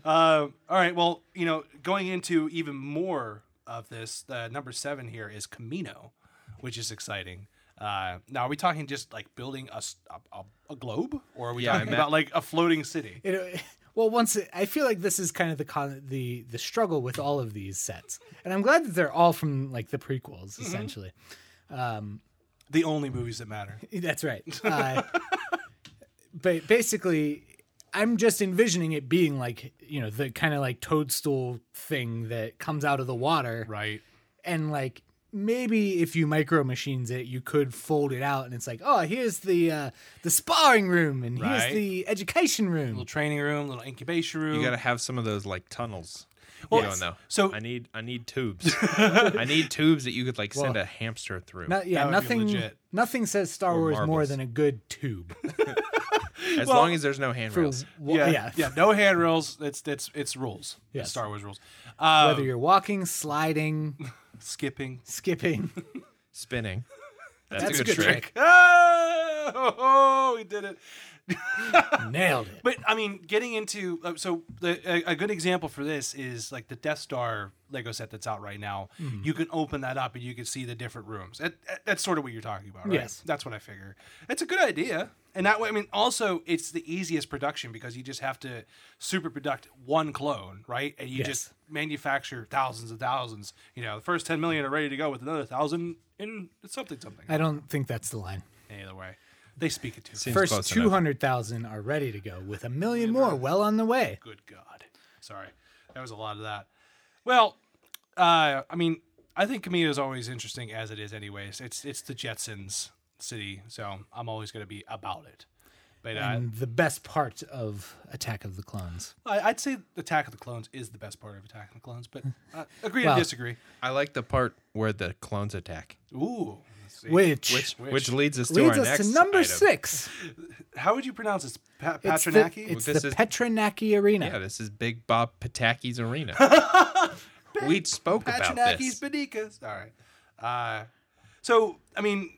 Speaker 1: Um all right. Well, you know, going into even more of this, uh, number seven here is Camino, which is exciting. Uh, now, are we talking just like building a s- a- a- a globe, or are we
Speaker 3: Yeah,
Speaker 1: talking
Speaker 3: I meant-
Speaker 1: about like a floating city?
Speaker 2: It, well, once it, I feel like this is kind of the con, the the struggle with all of these sets, and I'm glad that they're all from like the prequels
Speaker 1: Mm-hmm.
Speaker 2: essentially.
Speaker 1: The only movies that matter.
Speaker 2: That's right. Uh, but basically, I'm just envisioning it being like you know the kind of like toadstool thing that comes out of the water,
Speaker 1: Right.
Speaker 2: and like maybe if you micro machines it you could fold it out and it's like oh here's the uh the sparring room and
Speaker 1: Right.
Speaker 2: here's the education room
Speaker 1: Little training room, little incubation room.
Speaker 3: You gotta have some of those like tunnels.
Speaker 1: Well,
Speaker 3: you don't know.
Speaker 1: so-
Speaker 3: I need I need tubes. I need tubes that you could like send a hamster through.
Speaker 2: Not-
Speaker 1: That
Speaker 2: yeah
Speaker 1: would be
Speaker 2: nothing
Speaker 1: legit.
Speaker 2: nothing says star wars more
Speaker 3: marbles.
Speaker 2: than a good tube
Speaker 3: as long as there's no handrails.
Speaker 2: Wa-
Speaker 1: yeah, yeah. No handrails. It's it's it's rules. It's
Speaker 2: Yes.
Speaker 1: Star Wars rules. Uh,
Speaker 2: whether you're walking sliding
Speaker 1: skipping.
Speaker 2: skipping
Speaker 3: Spinning. That's,
Speaker 2: that's a good trick
Speaker 1: Ah, oh, we did it.
Speaker 2: nailed it
Speaker 1: But I mean, getting into uh, so the, a, a good example for this is like the Death Star Lego set that's out right now.
Speaker 2: Mm-hmm.
Speaker 1: You can open that up and you can see the different rooms. That, that- that's sort of what you're talking about, right?
Speaker 2: Yes.
Speaker 1: that's what I figure. It's a good idea, and that way, I mean, also it's the easiest production because you just have to super product one clone, right? And you
Speaker 2: Yes.
Speaker 1: just manufacture thousands and thousands. You know, the first ten million are ready to go with another thousand in something something.
Speaker 2: i don't think that's the line
Speaker 1: Either way, they speak it to.
Speaker 3: Seems
Speaker 2: first
Speaker 3: close enough.
Speaker 2: 200000 are ready to go with a million more well on the way
Speaker 1: good god sorry that was a lot of that well uh i mean i think camino is always interesting as it is anyways it's it's the jetsons city so i'm always going to be about it But uh,
Speaker 2: and the best part of Attack of the Clones.
Speaker 1: I, I'd say Attack of the Clones is the best part of Attack of the Clones. But uh, agree
Speaker 2: Well-
Speaker 1: to disagree.
Speaker 3: I like the part where the clones attack,
Speaker 1: Ooh. let's see.
Speaker 2: Which,
Speaker 3: which
Speaker 1: Which-
Speaker 3: which, leads us to
Speaker 2: leads
Speaker 3: our
Speaker 2: us
Speaker 3: next
Speaker 2: to number
Speaker 3: item.
Speaker 2: six.
Speaker 1: How would you pronounce this? Pa-
Speaker 2: It's the,
Speaker 1: Patronaki?
Speaker 2: it's
Speaker 3: This
Speaker 2: the
Speaker 3: is-
Speaker 2: Petronaki Arena.
Speaker 3: Yeah, this is Big Bob Pataki's arena. we spoke about
Speaker 1: Patronakis
Speaker 3: this.
Speaker 1: Benikas. All right. Uh, so I mean,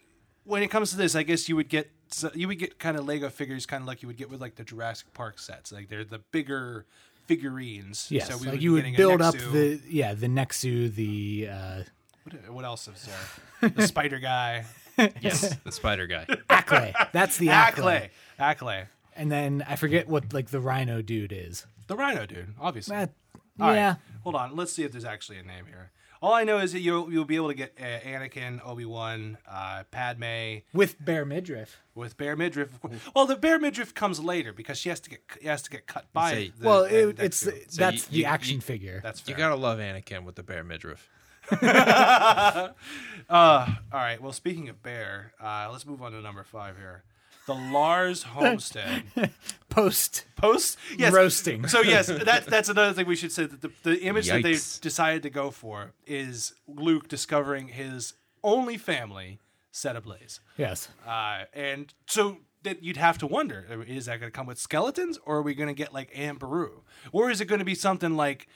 Speaker 1: when it comes to this, I guess you would get so you would get kind of Lego figures, kind of like you would get with like the Jurassic Park sets. Like they're the bigger figurines.
Speaker 2: Yes,
Speaker 1: So we
Speaker 2: like
Speaker 1: be
Speaker 2: you would
Speaker 1: getting a
Speaker 2: build up
Speaker 1: Nexu.
Speaker 2: the yeah the Nexu the uh,
Speaker 1: What, what else is there? The Spider Guy.
Speaker 3: Yes, the spider guy.
Speaker 2: Acklay. That's the Acklay.
Speaker 1: Ackley. Ackley.
Speaker 2: And then I forget what like the Rhino dude is. Uh,
Speaker 1: The Rhino dude, obviously.
Speaker 2: That-
Speaker 1: All right,
Speaker 2: yeah,
Speaker 1: Hold on. Let's see if there's actually a name here. All I know is that you'll you'll be able to get uh, Anakin, Obi Wan, uh, Padme,
Speaker 2: with bare midriff.
Speaker 1: with Bear Midriff. Of course.
Speaker 3: Mm.
Speaker 1: Well, the Bear Midriff comes later because she has to get she has to get cut by.
Speaker 3: say-
Speaker 1: the,
Speaker 2: Well,
Speaker 1: uh,
Speaker 2: it,
Speaker 1: Deku.
Speaker 2: it's that's the action figure.
Speaker 1: that's fair.
Speaker 3: You gotta love Anakin with the bear midriff.
Speaker 1: uh, all right. Well, speaking of Bear, uh, let's move on to number five here. The Lars Homestead
Speaker 2: Post
Speaker 1: post yes.
Speaker 2: roasting.
Speaker 1: So yes, that, that's another thing we should say that the, the image that they
Speaker 3: Yikes.
Speaker 1: decided to go for is Luke discovering his only family set ablaze.
Speaker 2: yes,
Speaker 1: Uh, and so that you'd have to wonder: uh, is that going to come with skeletons, or are we going to get like Amberu, or is it going to be something like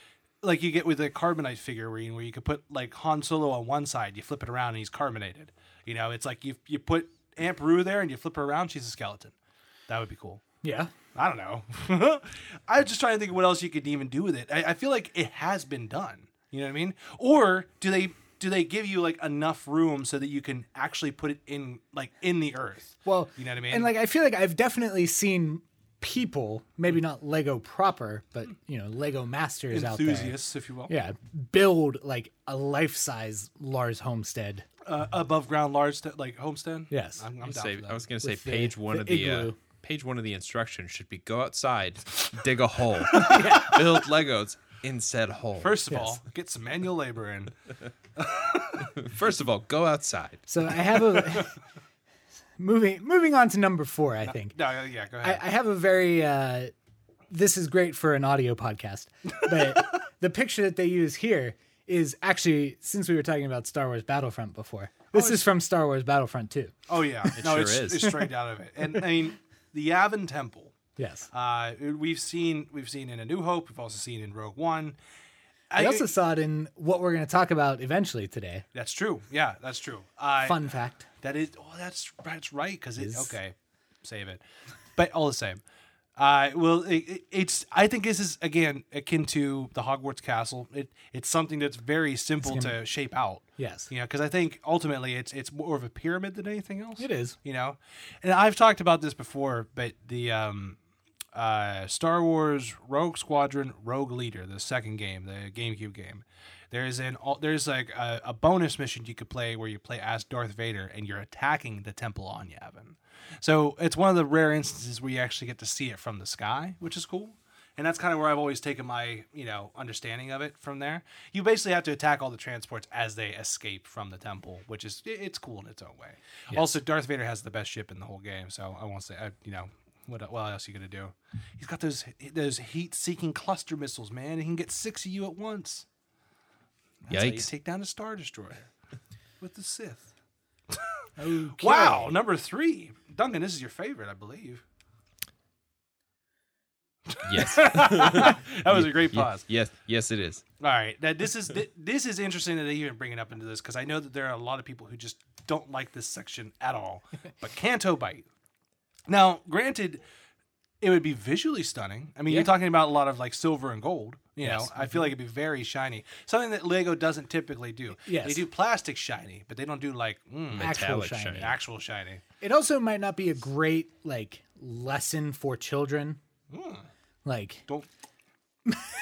Speaker 1: like you get with a carbonite figure where you, where you could put like Han Solo on one side, you flip it around and he's carbonated. You know, it's like you you put Amberu there and you flip her around, she's a skeleton. That would be cool.
Speaker 2: yeah.
Speaker 1: I don't know. I was just trying to think of what else you could even do with it. I, I feel like it has been done. You know what I mean? Or do they do they give you like enough room so that you can actually put it in like in the earth?
Speaker 2: Well,
Speaker 1: you know what I mean?
Speaker 2: And like I feel like I've definitely seen people, maybe not Lego proper, but you know Lego masters out there.
Speaker 1: enthusiasts, if you will,
Speaker 2: Yeah, build like a life-size Lars Homestead.
Speaker 1: uh, above ground large st- like homestead.
Speaker 2: Yes.
Speaker 1: I'm, I'm down
Speaker 3: Say,
Speaker 1: for that.
Speaker 3: I was gonna say
Speaker 2: With the-
Speaker 3: page one
Speaker 2: the
Speaker 3: of the uh,
Speaker 2: igloo.
Speaker 3: page one of the instructions should be go outside, dig a hole, build Legos in said hole. First,
Speaker 1: First of all, get some manual labor in.
Speaker 3: first of all, go outside.
Speaker 2: So I have a moving moving on to number four. I think
Speaker 1: No, yeah, go
Speaker 2: I,
Speaker 1: ahead.
Speaker 2: I have a very uh, this is great for an audio podcast, but the picture that they use here is actually since we were talking about Star Wars Battlefront before. This is from Star Wars Battlefront 2.
Speaker 1: oh yeah, no,
Speaker 3: sure
Speaker 1: it's,
Speaker 3: is.
Speaker 1: it's straight out of it. And I mean, the Yavin Temple.
Speaker 2: Yes.
Speaker 1: Uh, we've seen we've seen in A New Hope. We've also seen in Rogue One.
Speaker 2: I also saw it in what we're going to talk about eventually today.
Speaker 1: That's true. Yeah, that's true. I
Speaker 2: Fun fact.
Speaker 1: that is oh that's that's right because it okay, save it. But all the same, uh, well it, it- it's I think this is again akin to the Hogwarts castle. It it's something that's very simple to shape out.
Speaker 2: Yes.
Speaker 1: You know, because I think ultimately it's it's more of a pyramid than anything else.
Speaker 2: It is.
Speaker 1: You know, and I've talked about this before, but the um, uh, Star Wars Rogue Squadron Rogue Leader, the second game, the GameCube game, there is an al- there's like a, a bonus mission you could play where you play as Darth Vader and you're attacking the Temple on Yavin. So it's one of the rare instances where you actually get to see it from the sky, which is cool. And that's kind of where I've always taken my, you know, understanding of it from there. You basically have to attack all the transports as they escape from the temple, which is i- it's cool in its own way. Also, Darth Vader has the best ship in the whole game, so I won't say, I, you know, what what else you gonna do? He's got those those heat-seeking cluster missiles, man. He can get six of you at once. That's how you
Speaker 3: Yikes.
Speaker 1: take down a star destroyer with the Sith.
Speaker 2: Okay.
Speaker 1: Wow, number three, Duncan. This is your favorite, I believe.
Speaker 3: Yes,
Speaker 1: That was a great pause.
Speaker 3: yes, yes, it is.
Speaker 1: All right, now this is thi- this is interesting that they even bring it up into this because I know that there are a lot of people who just don't like this section at all. But Canto Bite. Now, granted, it would be visually stunning. I mean, you're talking about a lot of like silver and gold. You know, I feel like it'd be very shiny. Something that Lego doesn't typically do.
Speaker 2: Yes.
Speaker 1: they do plastic shiny, but they don't do like mm,
Speaker 2: Actual
Speaker 3: Metallic
Speaker 2: shiny.
Speaker 3: shiny.
Speaker 1: actual shiny.
Speaker 2: It also might not be a great like lesson for children. Like
Speaker 1: Don't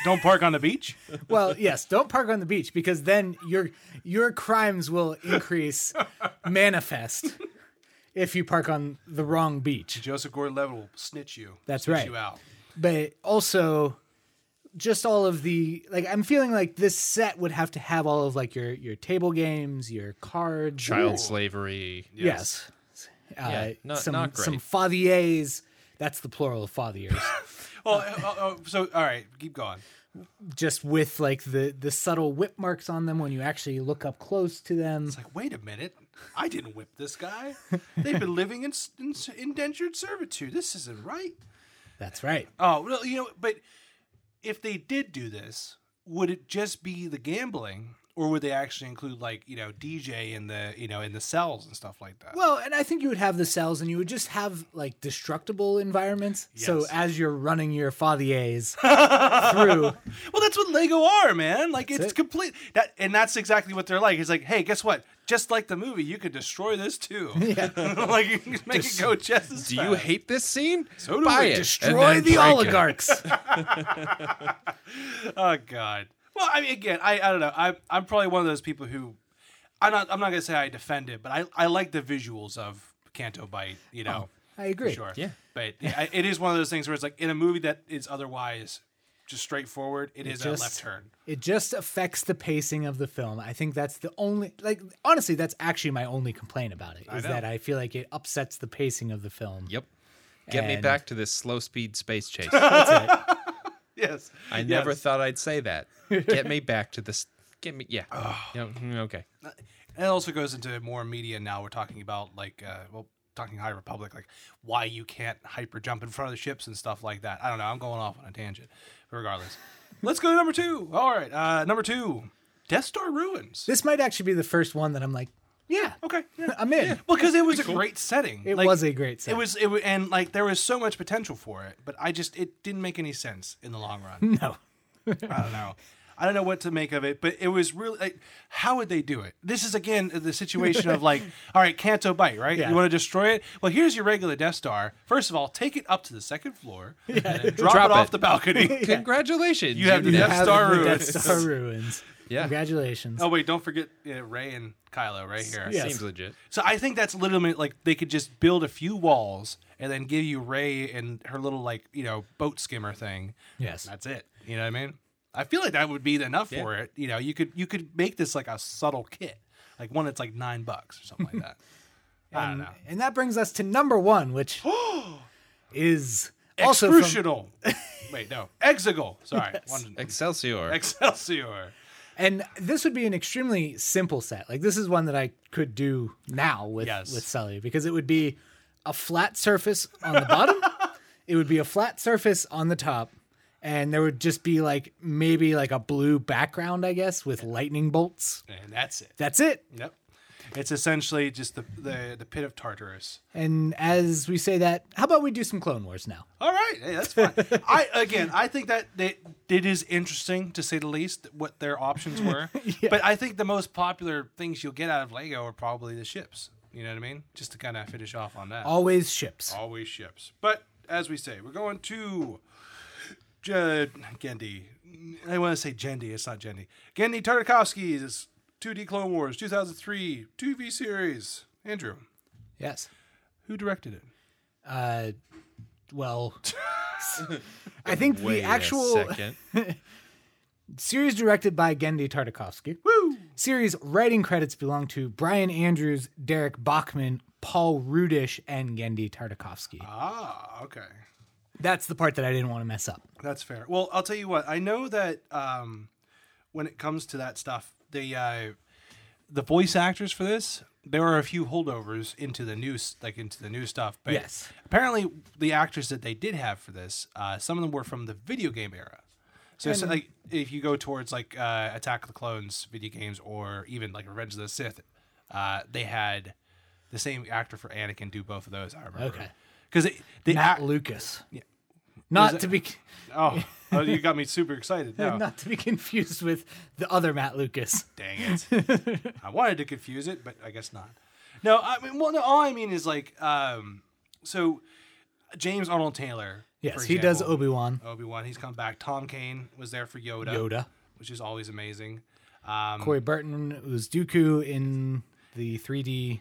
Speaker 1: don't park on the beach.
Speaker 2: Well, yes, don't park on the beach because then your your crimes will increase manifest if you park on the wrong beach.
Speaker 1: Joseph Gordon-Levitt will snitch you.
Speaker 2: That's
Speaker 1: snitch
Speaker 2: right.
Speaker 1: You out.
Speaker 2: But also just all of the like I'm feeling like this set would have to have all of like your your table games, your cards,
Speaker 3: Child slavery.
Speaker 2: Yes. Uh,
Speaker 3: Yeah, not-
Speaker 2: some
Speaker 3: not great.
Speaker 2: some faviers, That's the plural of father years.
Speaker 1: Well, uh, uh, uh, so all right, keep going.
Speaker 2: Just with like the the subtle whip marks on them when you actually look up close to them.
Speaker 1: It's like, wait a minute, I didn't whip this guy. They've been living in, s- in s- indentured servitude. This isn't right.
Speaker 2: That's right.
Speaker 1: Oh, well, you know, but if they did do this, would it just be the gambling, or would they actually include like you know DJ in the you know in the cells and stuff like that?
Speaker 2: Well, and I think you would have the cells and you would just have like destructible environments. So
Speaker 1: Yes.
Speaker 2: as you're running your fathiers through,
Speaker 1: Well, that's what Lego are, man. Like it's
Speaker 2: it.
Speaker 1: complete that, and that's exactly what they're like. It's like, hey, guess what? Just like the movie, you could destroy this too. Yeah, like you can make it go just as
Speaker 3: Do you
Speaker 1: fast.
Speaker 3: hate this scene?
Speaker 1: So do
Speaker 3: Buy
Speaker 1: we.
Speaker 3: it. and
Speaker 2: destroy
Speaker 3: then
Speaker 2: the
Speaker 3: drink it.
Speaker 2: oligarchs.
Speaker 1: Oh God. Well, I mean, again, I, I don't know. I I'm probably one of those people who, I'm not I'm not gonna say I defend it, but I I like the visuals of Canto Bite. You know,
Speaker 2: I agree.
Speaker 1: sure.
Speaker 3: Oh, yeah.
Speaker 1: But I- it is one of those things where it's like in a movie that is otherwise just straightforward, it is
Speaker 2: just-
Speaker 1: a left turn.
Speaker 2: It just affects the pacing of the film. I think that's the only like honestly, that's actually my only complaint about it is
Speaker 1: know.
Speaker 2: that I feel like it upsets the pacing of the film.
Speaker 3: Yep. Get me
Speaker 2: And-
Speaker 3: back to this slow speed space chase.
Speaker 1: Yes.
Speaker 3: I never
Speaker 1: Yes.
Speaker 3: thought I'd say that. Get me back to this. Get me. Yeah. Yeah, mm, okay.
Speaker 1: it also goes into more media now. We're talking about like, uh, well, talking High Republic, like why you can't hyper jump in front of the ships and stuff like that. I don't know. I'm going off on a tangent. But regardless, let's go to number two. All right, uh, number two, Death Star ruins.
Speaker 2: This might actually be the first one that I'm like, yeah,
Speaker 1: Okay, yeah.
Speaker 2: I'm in.
Speaker 1: well, because it was a great setting.
Speaker 2: It
Speaker 1: Like,
Speaker 2: was a great set.
Speaker 1: It was it wa- and like there was so much potential for it, but I just it didn't make any sense in the long run.
Speaker 2: no.
Speaker 1: I don't know. I don't know what to make of it, but it was really like, how would they do it? This is again the situation of like, all right, Canto Bite, right?
Speaker 2: Yeah.
Speaker 1: You want to destroy it? Well, here's your regular Death Star. First of all, take it up to the second floor, and then drop,
Speaker 3: Drop
Speaker 1: it off
Speaker 3: it.
Speaker 1: the balcony.
Speaker 3: Congratulations.
Speaker 1: You have the
Speaker 3: did
Speaker 1: Death
Speaker 3: it.
Speaker 2: Have
Speaker 1: Star
Speaker 2: the
Speaker 1: ruins.
Speaker 2: Death Star ruins.
Speaker 3: Yeah.
Speaker 2: Congratulations.
Speaker 1: oh wait, don't forget uh, Ray and Kylo right here.
Speaker 2: Yeah.
Speaker 3: Seems legit.
Speaker 1: So I think that's literally like they could just build a few walls and then give you Ray and her little like you know boat skimmer thing.
Speaker 2: Yes.
Speaker 1: That's it. You know what I mean? I feel like that would be enough
Speaker 3: Yeah.
Speaker 1: for it. You know, you could you could make this like a subtle kit, like one that's like nine bucks or something like that. I don't know.
Speaker 2: Um, And that brings us to number one, which is also from-
Speaker 1: Excrucial. Wait, no, Exegol. Sorry, one,
Speaker 3: Excelsior.
Speaker 1: Excelsior.
Speaker 2: and this would be an extremely simple set. Like this is one that I could do now with
Speaker 1: Yes.
Speaker 2: with Sully because it would be a flat surface on the bottom. it would be a flat surface on the top. And there would just be like maybe like a blue background, I guess, with lightning bolts.
Speaker 1: And that's it.
Speaker 2: That's it.
Speaker 1: Yep. It's essentially just the the, the pit of Tartarus.
Speaker 2: And as we say that, how about we do some Clone Wars now?
Speaker 1: All right, hey, that's fine. I again, I think that they, it is interesting to say the least what their options were. But I think the most popular things you'll get out of Lego are probably the ships. You know what I mean? Just to kind of finish off on that.
Speaker 2: Always ships.
Speaker 1: Always ships. But as we say, we're going to J- Gendy. I want to say Gendy. It's not Gendy. Gendy Tartakovsky's 2D Clone Wars 2003 2V series. Andrew,
Speaker 2: Yes.
Speaker 1: who directed it?
Speaker 2: Uh, well, I think
Speaker 3: Wait
Speaker 2: the actual
Speaker 3: A second.
Speaker 2: series directed by Gendy Tartakovsky.
Speaker 1: Woo!
Speaker 2: Series writing credits belong to Brian Andrews, Derek Bachman, Paul Rudish, and Gendy Tartakovsky.
Speaker 1: Ah, okay.
Speaker 2: That's the part that I didn't want to mess up.
Speaker 1: That's fair. Well, I'll tell you what. I know that um, when it comes to that stuff, the uh, the voice actors for this, there are a few holdovers into the new s- like into the new stuff. But
Speaker 2: Yes.
Speaker 1: apparently the actors that they did have for this, uh, some of them were from the video game era. So, it's like if you go towards like uh, Attack of the Clones video games or even like Revenge of the Sith, uh, they had the same actor for Anakin do both of those. I remember.
Speaker 2: Okay.
Speaker 1: Because the
Speaker 2: Matt
Speaker 1: act-
Speaker 2: Lucas. Not to be
Speaker 1: oh, oh, you got me super excited. Now.
Speaker 2: not to be confused with the other Matt Lucas.
Speaker 1: Dang it! I wanted to confuse it, but I guess not. No, I mean, well, no. All I mean is like, um, so James Arnold Taylor.
Speaker 2: Yes,
Speaker 1: for
Speaker 2: he does
Speaker 1: example,
Speaker 2: Obi Wan.
Speaker 1: Obi Wan. He's come back. Tom Kane was there for Yoda.
Speaker 2: Yoda.
Speaker 1: which is always amazing. Um,
Speaker 2: Corey Burton was Dooku in the 3D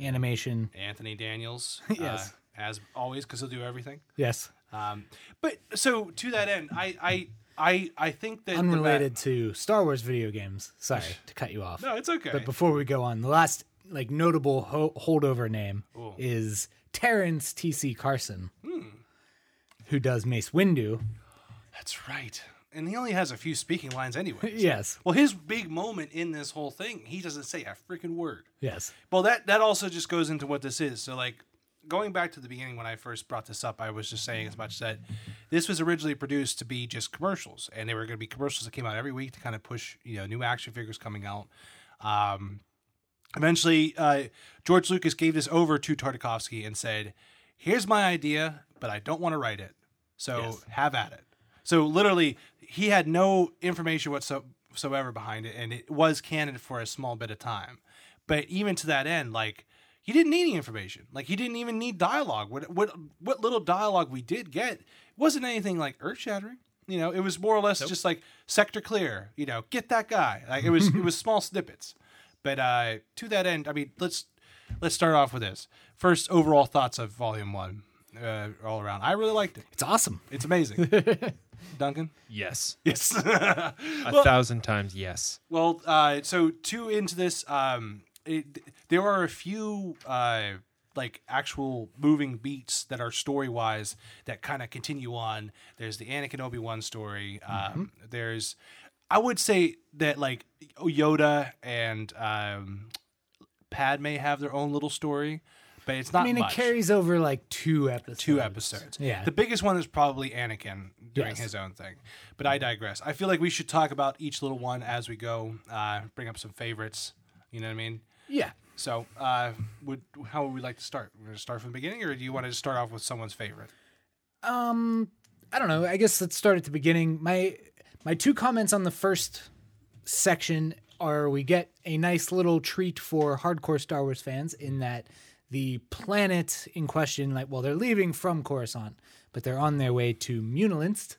Speaker 2: animation.
Speaker 1: Anthony Daniels.
Speaker 2: Yes.
Speaker 1: uh, as always, because he'll do everything.
Speaker 2: Yes,
Speaker 1: Um, but so to that end, I, I, I, I think that the ba-
Speaker 2: unrelated to Star Wars video games. Sorry to cut you off.
Speaker 1: no, it's okay.
Speaker 2: But before we go on, the last like notable ho- holdover name is Terrence T.C. Carson, who does Mace Windu.
Speaker 1: That's right. And he only has a few speaking lines anyway.
Speaker 2: Yes,
Speaker 1: Well, his big moment in this whole thing, he doesn't say a freaking word.
Speaker 2: yes,
Speaker 1: Well, that that also just goes into what this is. So, like going back to the beginning when I first brought this up, I was just saying as much that this was originally produced to be just commercials, and they were going to be commercials that came out every week to kind of push you know new action figures coming out. Um, eventually, uh, George Lucas gave this over to Tartakovsky and said, "Here's my idea, but I don't want to write it, so
Speaker 2: Yes.
Speaker 1: have at it." So literally, he had no information whatso- whatsoever behind it, and it was canon for a small bit of time. But even to that end, like he didn't need any information. Like he didn't even need dialogue. What what what little dialogue we did get wasn't anything like earth shattering. You know, it was more or less just like sector clear. You know, get that guy. Like it was it was small snippets. But uh, to that end, I mean, let's let's start off with this first overall thoughts of Volume One uh, all around. I really liked it.
Speaker 2: it's awesome.
Speaker 1: It's amazing. Duncan?
Speaker 3: Yes.
Speaker 1: Yes.
Speaker 3: A thousand times yes.
Speaker 1: well, uh, so two into this, um, it, there are a few uh, like actual moving beats that are story wise that kind of continue on. There's the Anakin Obi Wan story.
Speaker 2: Mm-hmm.
Speaker 1: Um, There's, I would say that like Yoda and um, Padme have their own little story, but it's not.
Speaker 2: I mean,
Speaker 1: much
Speaker 2: it carries over like two episodes.
Speaker 1: two episodes.
Speaker 2: Yeah.
Speaker 1: The biggest one is probably Anakin doing
Speaker 2: Yes.
Speaker 1: his own thing. But I digress. I feel like we should talk about each little one as we go, uh, bring up some favorites. You know what I mean?
Speaker 2: Yeah.
Speaker 1: So, uh, would how would we like to start? We're gonna start from the beginning, or do you want to start off with someone's favorite?
Speaker 2: Um, I don't know. I guess let's start at the beginning. My my two comments on the first section are we get a nice little treat for hardcore Star Wars fans in that the planet in question, like, well, they're leaving from Coruscant, but they're on their way to Munilinst,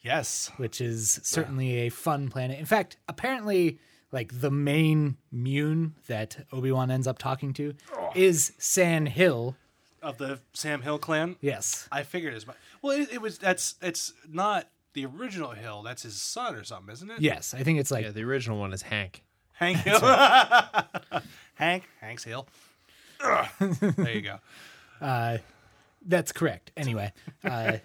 Speaker 1: Yes.
Speaker 2: which is certainly a fun planet. In fact, apparently, like the main Mune that Obi Wan ends up talking to is San Hill.
Speaker 1: Of the Sam Hill clan.
Speaker 2: Yes.
Speaker 1: I figured as much. Well, it, it was that's it's not the original Hill. That's his son or something, isn't it?
Speaker 2: Yes, I think it's like
Speaker 3: Yeah, the original one is Hank.
Speaker 1: Hank Hill. Hank. Hank's Hill. Ugh. there you go.
Speaker 2: That's correct. Anyway, uh,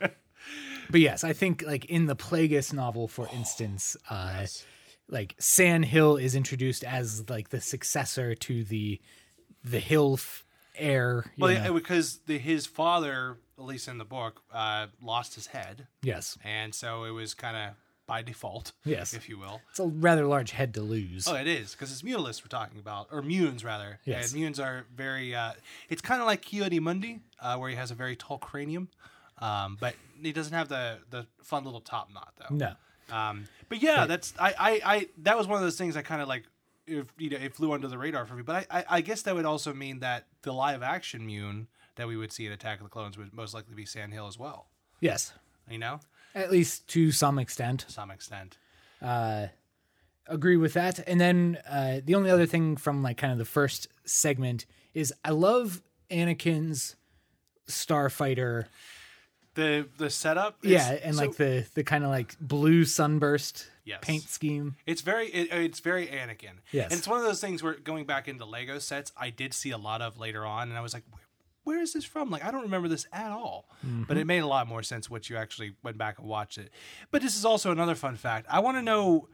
Speaker 2: but yes, I think like in the Plagueis novel, for
Speaker 1: Oh,
Speaker 2: instance, uh, like San Hill is introduced as like the successor to the the Hill f- heir. you
Speaker 1: Well,
Speaker 2: know.
Speaker 1: yeah, because the, his father, at least in the book, uh, lost his head,
Speaker 2: yes,
Speaker 1: and so it was kind of by default,
Speaker 2: Yes.
Speaker 1: if you will.
Speaker 2: it's a rather large head to lose.
Speaker 1: Oh, it is because it's mutilists we're talking about, or munes rather.
Speaker 2: Yes.
Speaker 1: and munes are very. Uh, it's kind of like Quixote Mundi, uh, where he has a very tall cranium, um, but he doesn't have the the fun little top knot though.
Speaker 2: No,
Speaker 1: Um, but yeah, that's I, I, I that was one of those things I kind of like. If you know, it flew under the radar for me. But I, I, I guess that would also mean that the live action Mune that we would see in Attack of the Clones would most likely be Sand Hill as well.
Speaker 2: yes,
Speaker 1: You know,
Speaker 2: at least to some extent.
Speaker 1: to some extent.
Speaker 2: agree with that. And then uh, the only other thing from like kind of the first segment is I love Anakin's starfighter.
Speaker 1: The the setup. is-
Speaker 2: yeah, and
Speaker 1: so
Speaker 2: like the the kind of like blue sunburst
Speaker 1: Yes.
Speaker 2: paint scheme.
Speaker 1: It's very it, it's very Anakin.
Speaker 2: Yes.
Speaker 1: and it's one of those things where going back into Lego sets, I did see a lot of later on, and I was like. "Where- Where is this from? Like, I don't remember this at all, but it made a lot more sense once you actually went back and watched it. But this is also another fun fact. I want to know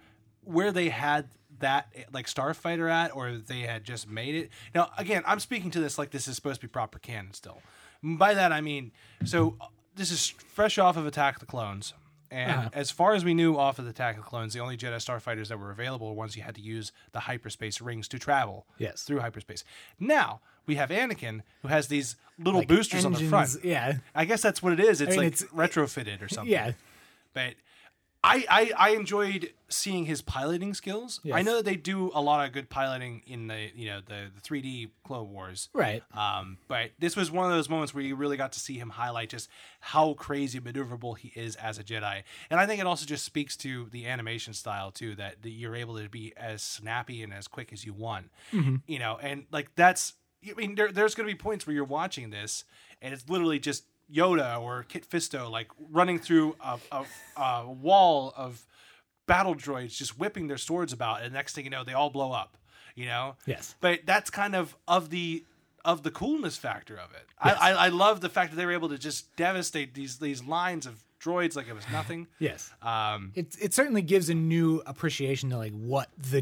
Speaker 1: where they had that like starfighter at, or if they had just made it. Now, again, I'm speaking to this like this is supposed to be proper canon still. By that I mean, so uh, this is fresh off of Attack of the Clones, and
Speaker 2: Uh-huh.
Speaker 1: as far as we knew off of the Attack of the Clones, the only Jedi starfighters that were available were ones you had to use the hyperspace rings to travel
Speaker 2: Yes.
Speaker 1: through hyperspace. Now we have Anakin who has these little boosters on the front.
Speaker 2: Engines, Yeah,
Speaker 1: I guess that's what it is. It's
Speaker 2: mean,
Speaker 1: like
Speaker 2: it's-
Speaker 1: retrofitted or something
Speaker 2: yeah,
Speaker 1: but I, I I enjoyed seeing his piloting skills. I
Speaker 2: Yes.
Speaker 1: know that they do a lot of good piloting in the you know the the 3D Clone Wars.
Speaker 2: right.
Speaker 1: Um, but this was one of those moments where you really got to see him highlight just how crazy maneuverable he is as a Jedi, and I think it also just speaks to the animation style too that, that you're able to be as snappy and as quick as you want, you know, and like that's I mean there, there's going to be points where you're watching this and it's literally just Yoda or Kit Fisto like running through a, a, a wall of battle droids just whipping their swords about, and next thing you know they all blow up, you know,
Speaker 2: Yes.
Speaker 1: but that's kind of of the of the coolness factor of it. I, I I love the fact that they were able to just devastate these these lines of droids like it was nothing.
Speaker 2: Yes.
Speaker 1: Um,
Speaker 2: It it certainly gives a new appreciation to like what the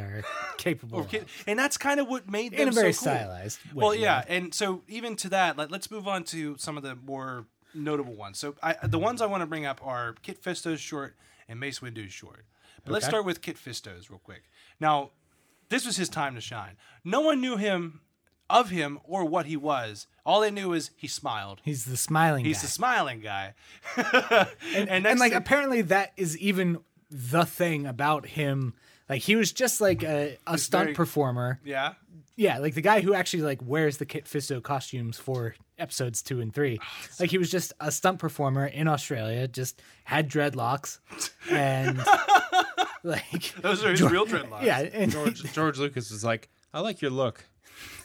Speaker 2: are capable
Speaker 1: Or
Speaker 2: of
Speaker 1: kid- and that's kind of what made them
Speaker 2: in a very
Speaker 1: so cool.
Speaker 2: stylized way.
Speaker 1: Well, yeah, and so even to that, like, let's move on to some of the more notable ones. So I, the ones I want to bring up are Kit Fisto's short and Mace Windu's short. But let's
Speaker 2: Okay.
Speaker 1: start with Kit Fisto's real quick. Now, this was his time to shine. No one knew him of him or what he was. All they knew is he smiled.
Speaker 2: He's the smiling
Speaker 1: He's
Speaker 2: guy.
Speaker 1: the smiling guy. and,
Speaker 2: and
Speaker 1: next
Speaker 2: like
Speaker 1: thing-
Speaker 2: apparently that is even the thing about him. Like he was just like a, a stunt
Speaker 1: very-
Speaker 2: performer.
Speaker 1: yeah.
Speaker 2: Yeah, like the guy who actually like wears the Kit Fisto costumes for episodes two and three. Like he was just a stunt performer in Australia, just had dreadlocks and like
Speaker 1: Those are his real dreadlocks.
Speaker 2: yeah, and
Speaker 3: George, George Lucas was like, I like your look.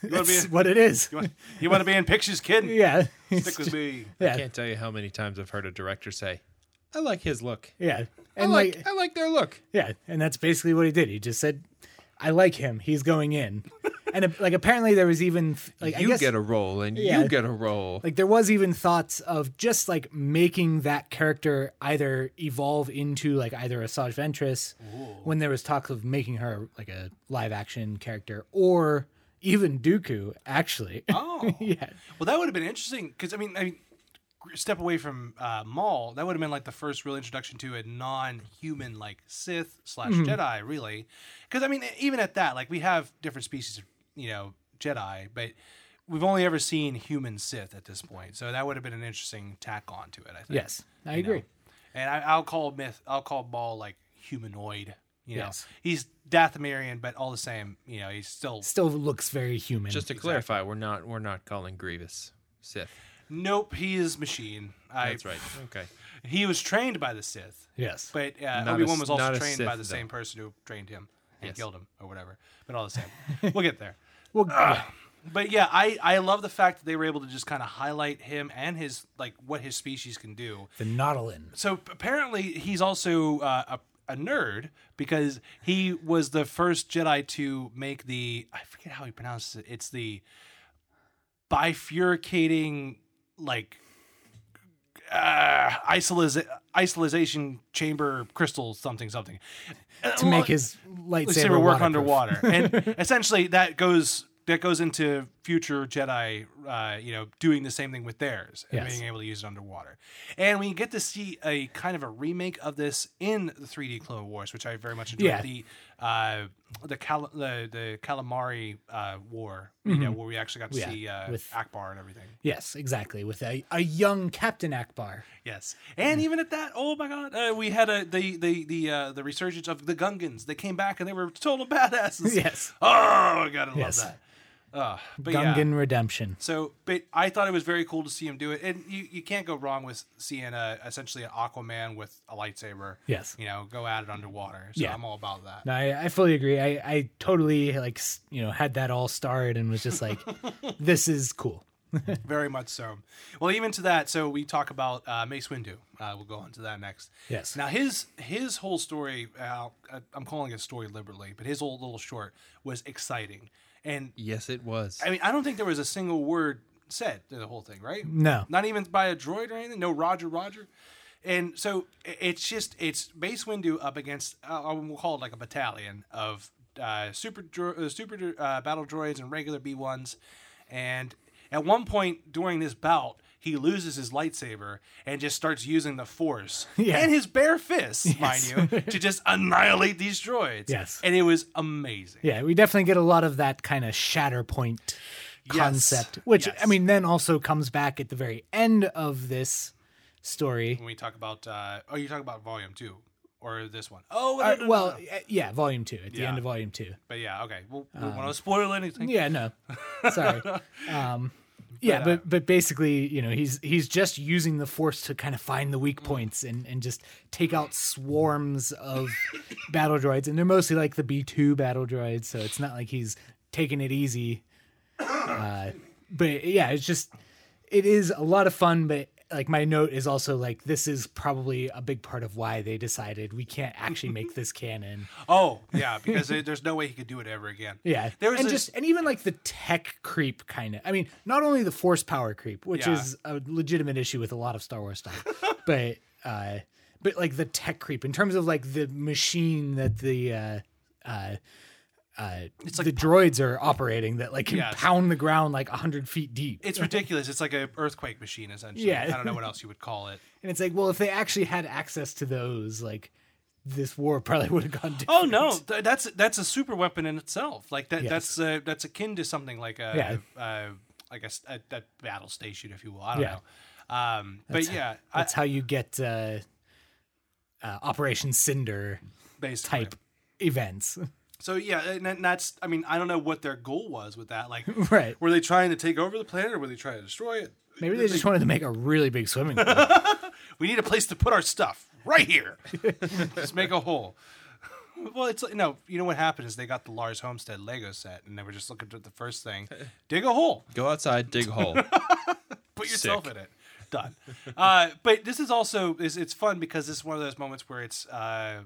Speaker 1: You want
Speaker 2: that's
Speaker 1: to
Speaker 2: what it is.
Speaker 1: be, you want to be in pictures, kid?
Speaker 2: Yeah,
Speaker 1: Stick with me.
Speaker 3: I
Speaker 2: yeah,
Speaker 3: can't tell you how many times I've heard a director say, I like his look.
Speaker 2: yeah,
Speaker 3: I
Speaker 2: and
Speaker 3: like,
Speaker 2: like
Speaker 3: I like their look.
Speaker 2: Yeah, and that's basically what he did. He just said, "I like him. He's going in." And like apparently there was even like
Speaker 3: you
Speaker 2: I guess,
Speaker 3: get a role and
Speaker 2: Yeah.
Speaker 3: you get a role.
Speaker 2: like there was even thoughts of just like making that character either evolve into like either Asajj Ventress when there was talk of making her like a live action character or even Dooku actually.
Speaker 1: Oh.
Speaker 2: yeah.
Speaker 1: Well, that would have been interesting because I mean, I mean, step away from uh, Maul. That would have been like the first real introduction to a non-human like Sith slash
Speaker 2: Mm-hmm.
Speaker 1: Jedi, really. Because I mean, e, even at that, like we have different species of you know Jedi, but we've only ever seen human Sith at this point. So that would have been an interesting tack on to it. I think.
Speaker 2: Yes. I
Speaker 1: You know?
Speaker 2: agree.
Speaker 1: And I, I'll call myth. I'll call Maul like humanoid. You know,
Speaker 2: Yes.
Speaker 1: he's Dathomirian, but all the same, you know, he's still
Speaker 2: Still looks very human.
Speaker 3: Just to clarify, we're not we're not calling Grievous Sith.
Speaker 1: nope. He is machine. I,
Speaker 3: That's right. Okay.
Speaker 1: He was trained by the Sith,
Speaker 2: yes.
Speaker 1: but uh,
Speaker 3: a-
Speaker 1: Obi Wan was also
Speaker 3: not a
Speaker 1: trained by the
Speaker 3: Sith,
Speaker 1: same
Speaker 3: though.
Speaker 1: person who trained him and
Speaker 3: Yes.
Speaker 1: killed him or whatever. But all the same, we'll get there.
Speaker 2: Well,
Speaker 1: uh, But yeah, I, I love the fact that they were able to just kind of highlight him and his like what his species can do.
Speaker 2: the Nautilin.
Speaker 1: So p- apparently he's also uh, a, a nerd because he was the first Jedi to make the I forget how he pronounces it. It's the bifurcating like uh, isoliz- isolization chamber crystal something something
Speaker 2: To make his lightsaber
Speaker 1: lightsaber work
Speaker 2: waterproof.
Speaker 1: underwater, and essentially that goes that goes into future Jedi, uh, you know, doing the same thing with theirs and
Speaker 2: Yes.
Speaker 1: being able to use it underwater. And we get to see a kind of a remake of this in the 3D Clone Wars, which I very much enjoyed.
Speaker 2: Yeah.
Speaker 1: The uh, the, Cal- the the calamari uh, war, you know, where we actually got to
Speaker 2: Mm-hmm. Yeah,
Speaker 1: see uh,
Speaker 2: with-
Speaker 1: Akbar and everything.
Speaker 2: Yes, exactly. With a, a young Captain Akbar.
Speaker 1: Yes,
Speaker 2: Mm-hmm.
Speaker 1: and even at that, oh my God, uh, we had a the the the uh, the resurgence of the Gungans. They came back and they were total badasses.
Speaker 2: Yes.
Speaker 1: Oh, I gotta love
Speaker 2: Yes.
Speaker 1: that. Uh, but yeah.
Speaker 2: Gungan Redemption.
Speaker 1: So, but I thought it was very cool to see him do it, and you, you can't go wrong with seeing a, essentially an Aquaman with a lightsaber.
Speaker 2: Yes.
Speaker 1: You know, go at it underwater. So
Speaker 2: Yeah.
Speaker 1: I'm all about that.
Speaker 2: No, I, I fully agree. I, I totally like s- you know had that all starred and was just like, this is cool.
Speaker 1: Very much so. Well, even to that, so we talk about uh, Mace Windu. Uh, we'll go on to that next.
Speaker 2: Yes.
Speaker 1: Now his his whole story, uh, I- I'm calling it a story liberally, but his whole little short was exciting, and
Speaker 3: Yes, it was.
Speaker 1: I mean I don't think there was a single word said through the whole thing, right?
Speaker 2: No.
Speaker 1: Not even by a droid or anything. No Roger, Roger. And so i- it's just it's Base Windu up against uh, uh, we'll call it like a battalion of uh, super dro- uh, super uh, battle droids and regular B ones, and at one point during this bout. He loses his lightsaber and just starts using the force
Speaker 2: Yeah.
Speaker 1: and his bare fists, mind you, to just annihilate these droids.
Speaker 2: Yes.
Speaker 1: and it was amazing.
Speaker 2: Yeah, we definitely get a lot of that kind of Shatterpoint
Speaker 1: Yes.
Speaker 2: concept, which
Speaker 1: Yes.
Speaker 2: I mean, then also comes back at the very end of this story.
Speaker 1: When we talk about, uh, oh, you talk about volume two or this one? Oh, no,
Speaker 2: Uh,
Speaker 1: no, no,
Speaker 2: well,
Speaker 1: no.
Speaker 2: uh, yeah, volume two at the
Speaker 1: Yeah.
Speaker 2: end of volume two.
Speaker 1: But yeah, okay. Well, we don't want to spoil anything.
Speaker 2: Um, Yeah, no, sorry. Um, yeah,
Speaker 1: But, uh,
Speaker 2: but but basically, you know, he's he's just using the force to kind of find the weak points and and just take out swarms of battle droids, and they're mostly like the B two battle droids, so it's not like he's taking it easy. Uh, but yeah, it's just it is a lot of fun, but like my note is also like this is probably a big part of why they decided we can't actually make this canon.
Speaker 1: Oh yeah, because there- there's no way he could do it ever again.
Speaker 2: Yeah,
Speaker 1: There was
Speaker 2: and
Speaker 1: a-
Speaker 2: just and even like the tech creep kind of. I mean, not only the force power creep, which
Speaker 1: Yeah.
Speaker 2: is a legitimate issue with a lot of Star Wars stuff, but uh, but like the tech creep in terms of like the machine that the uh, uh, uh,
Speaker 1: It's like
Speaker 2: the droids are operating that like can
Speaker 1: Yeah, it's-
Speaker 2: pound the ground like hundred feet deep.
Speaker 1: It's ridiculous. It's like an earthquake machine essentially.
Speaker 2: Yeah.
Speaker 1: I don't know what else you would call it.
Speaker 2: and it's like, well, if they actually had access to those, like this war probably would have gone. Different.
Speaker 1: Oh no, th- that's that's a super weapon in itself. Like that
Speaker 2: Yes.
Speaker 1: that's uh, that's akin to something like a, uh, I guess a, a battle station, if you will. I don't
Speaker 2: Yeah.
Speaker 1: know. Um, but yeah, I,
Speaker 2: That's how you get uh, uh, Operation Cinder
Speaker 1: basically.
Speaker 2: type events.
Speaker 1: So yeah, and that- that's I mean I don't know what their goal was with that. Like,
Speaker 2: Right.
Speaker 1: were they trying to take over the planet or were they trying to destroy it?
Speaker 2: Maybe they just wanted to make a really big swimming pool.
Speaker 1: We need a place to put our stuff right here. just make a hole. Well, it's like, no, you know what happened is they got the Lars Homestead Lego set and they were just looking at the first thing, dig a hole.
Speaker 3: Go outside, dig a hole.
Speaker 1: put yourself
Speaker 3: Sick.
Speaker 1: in it. Done. Uh, but this is also is it's fun because this is one of those moments where it's uh,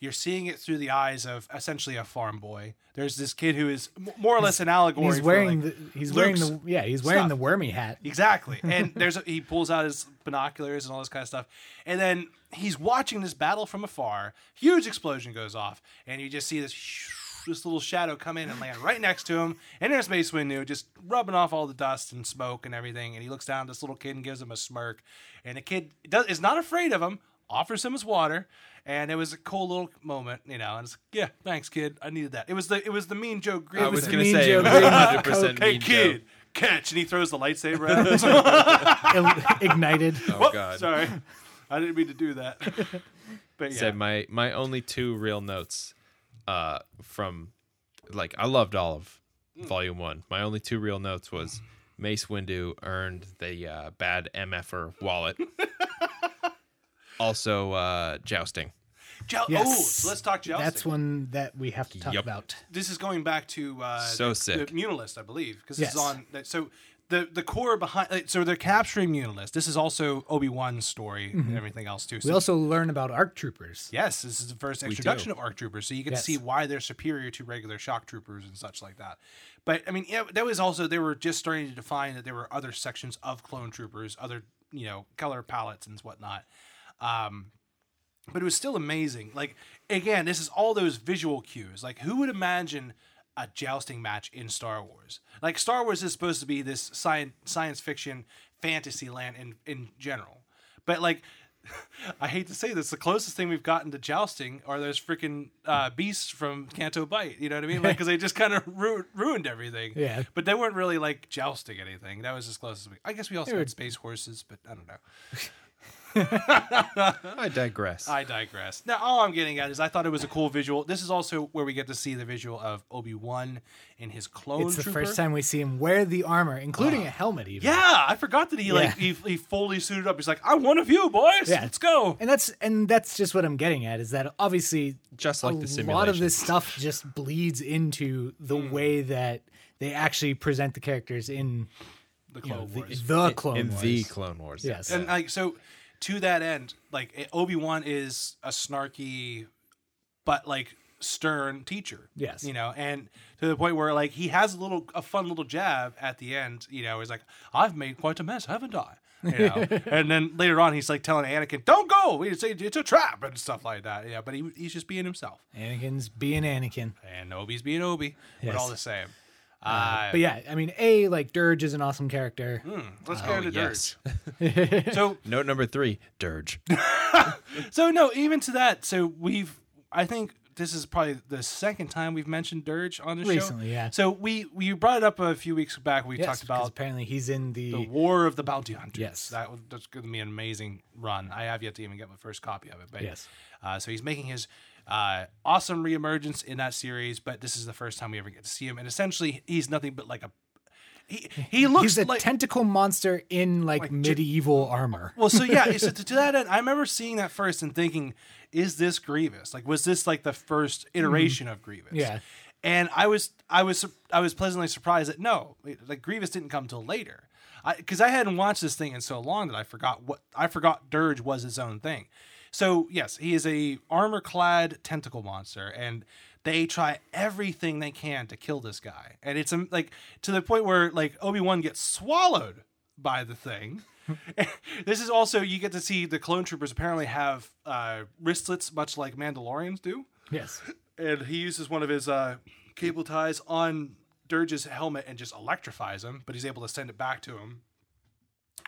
Speaker 1: you're seeing it through the eyes of essentially a farm boy. There's this kid who is m- more or less an allegory.
Speaker 2: he's
Speaker 1: for,
Speaker 2: wearing
Speaker 1: like,
Speaker 2: the he's
Speaker 1: Luke's-
Speaker 2: wearing the yeah he's wearing
Speaker 1: stuff.
Speaker 2: the wormy hat.
Speaker 1: Exactly. And there's a, he pulls out his binoculars and all this kind of stuff. And then he's watching this battle from afar. Huge explosion goes off and you just see this this little shadow come in and land right next to him. And there's Mace Windu just rubbing off all the dust and smoke and everything. And he looks down at this little kid and gives him a smirk. And the kid does, is not afraid of him, offers him his water. And it was a cool little moment, you know. And it's like, yeah, thanks, kid. I needed that. It was the it was the mean Joe Green.
Speaker 3: I was
Speaker 2: the
Speaker 3: gonna
Speaker 2: Mean
Speaker 3: say
Speaker 2: Joe
Speaker 3: it was
Speaker 2: Green
Speaker 3: 100 percent
Speaker 1: hey
Speaker 3: mean
Speaker 1: kid,
Speaker 3: Joe.
Speaker 1: catch! And he throws the lightsaber at him.
Speaker 2: Ill- ignited.
Speaker 3: Oh god.
Speaker 1: Sorry. I didn't mean to do that. But yeah.
Speaker 3: Said my my only two real notes, uh, from, like I loved all of Volume One. My only two real notes was Mace Windu earned the uh, bad mf'er wallet. also, uh, jousting.
Speaker 1: Jou- Oh,
Speaker 2: Yes.
Speaker 1: so let's talk jousting.
Speaker 2: That's one that we have to talk
Speaker 3: Yup.
Speaker 2: about.
Speaker 1: This is going back to uh,
Speaker 3: So
Speaker 1: the,
Speaker 3: sick.
Speaker 1: the Munilist, I believe, because
Speaker 2: Yes.
Speaker 1: it's on. That, so the the core behind. like, So they're capturing Munilist. This is also Obi Wan's story
Speaker 2: Mm-hmm.
Speaker 1: and everything else too.
Speaker 2: We
Speaker 1: So
Speaker 2: also learn about ARC troopers.
Speaker 1: yes, this is the first introduction of ARC troopers, so you can
Speaker 2: Yes.
Speaker 1: see why they're superior to regular shock troopers and such like that. But I mean, yeah, that was also they were just starting to define that there were other sections of clone troopers, other you know color palettes and whatnot. Um, but it was still amazing. Like again, this is all those visual cues. Like who would imagine a jousting match in Star Wars? Like Star Wars is supposed to be this science science fiction fantasy land in in general, but like. I hate to say this. The closest thing we've gotten to jousting are those freaking uh, beasts from Canto Bite. You know what I mean? Like, because they just kind of ru- ruined everything.
Speaker 2: Yeah.
Speaker 1: But they weren't really like jousting anything. That was as close as we. I guess we also
Speaker 2: were-
Speaker 1: had space horses, but I don't know.
Speaker 3: I digress.
Speaker 1: I digress. Now, all I'm getting at is I thought it was a cool visual. This is also where we get to see the visual of Obi Wan in his clone.
Speaker 2: It's the
Speaker 1: trooper.
Speaker 2: first time we see him wear the armor, including a helmet. Even
Speaker 1: Yeah, I forgot that he like he, he fully suited up. He's like, I'm one of you, boys.
Speaker 2: Yeah.
Speaker 1: Let's go.
Speaker 2: and that's and that's just what I'm getting at is that obviously
Speaker 3: Just like the
Speaker 2: a lot of
Speaker 3: simulation.
Speaker 2: this stuff just bleeds into the way that they actually present the characters in
Speaker 1: The Clone
Speaker 2: the,
Speaker 1: Wars.
Speaker 2: the Clone
Speaker 3: in
Speaker 2: Wars.
Speaker 3: the Clone Wars.
Speaker 2: Yes.
Speaker 1: and like so, to that end, like Obi Wan is a snarky, but like stern teacher.
Speaker 2: Yes.
Speaker 1: you know, and to the point where like he has a little a fun little jab at the end. You know, he's like, I've made quite a mess, haven't I? You know, and then later on, he's like telling Anakin, "Don't go! It's a, it's a trap and stuff like that." Yeah, but he, he's just being himself,
Speaker 2: Anakin's being Anakin.
Speaker 1: and Obi's being Obi, but all
Speaker 2: Yes.
Speaker 1: the same. Uh,
Speaker 2: But yeah, I mean, A, like Dirge is an awesome character.
Speaker 1: Um, let's go to
Speaker 3: Oh, yes.
Speaker 1: Dirge. so
Speaker 3: Note number three: Dirge.
Speaker 1: So no, even to that, so we've I think this is probably the second time we've mentioned Dirge on the show.
Speaker 2: Recently, yeah.
Speaker 1: So we we brought it up a few weeks back. We
Speaker 2: Yes,
Speaker 1: talked
Speaker 2: 'cause
Speaker 1: about
Speaker 2: apparently he's in the,
Speaker 1: the War of the Bounty Hunters.
Speaker 2: Yes.
Speaker 1: that was that's going to be an amazing run. I have yet to even get my first copy of it. But
Speaker 2: Yes.
Speaker 1: uh, so he's making his uh, awesome reemergence in that series, but this is the first time we ever get to see him, and essentially he's nothing but like a he he looks
Speaker 2: he's a
Speaker 1: like
Speaker 2: tentacle monster in like, medieval armor.
Speaker 1: well, so yeah, so to, to that end, I remember seeing that first and thinking, "Is this Grievous? Like, was this like the first iteration of Grievous?"
Speaker 2: Yeah.
Speaker 1: And I was, I was, sur- I was pleasantly surprised that no, like Grievous didn't come till later. because I, hadn't watched this thing in so long that I forgot what I forgot. Dirge was his own thing. So yes, he is a armor clad tentacle monster, and they try everything they can to kill this guy, and it's um, like to the point where like Obi Wan gets swallowed by the thing. this is also you get to see the clone troopers apparently have uh, wristlets, much like Mandalorians do
Speaker 2: Yes.
Speaker 1: and he uses one of his uh, cable ties on Dirge's helmet and just electrifies him, but he's able to send it back to him,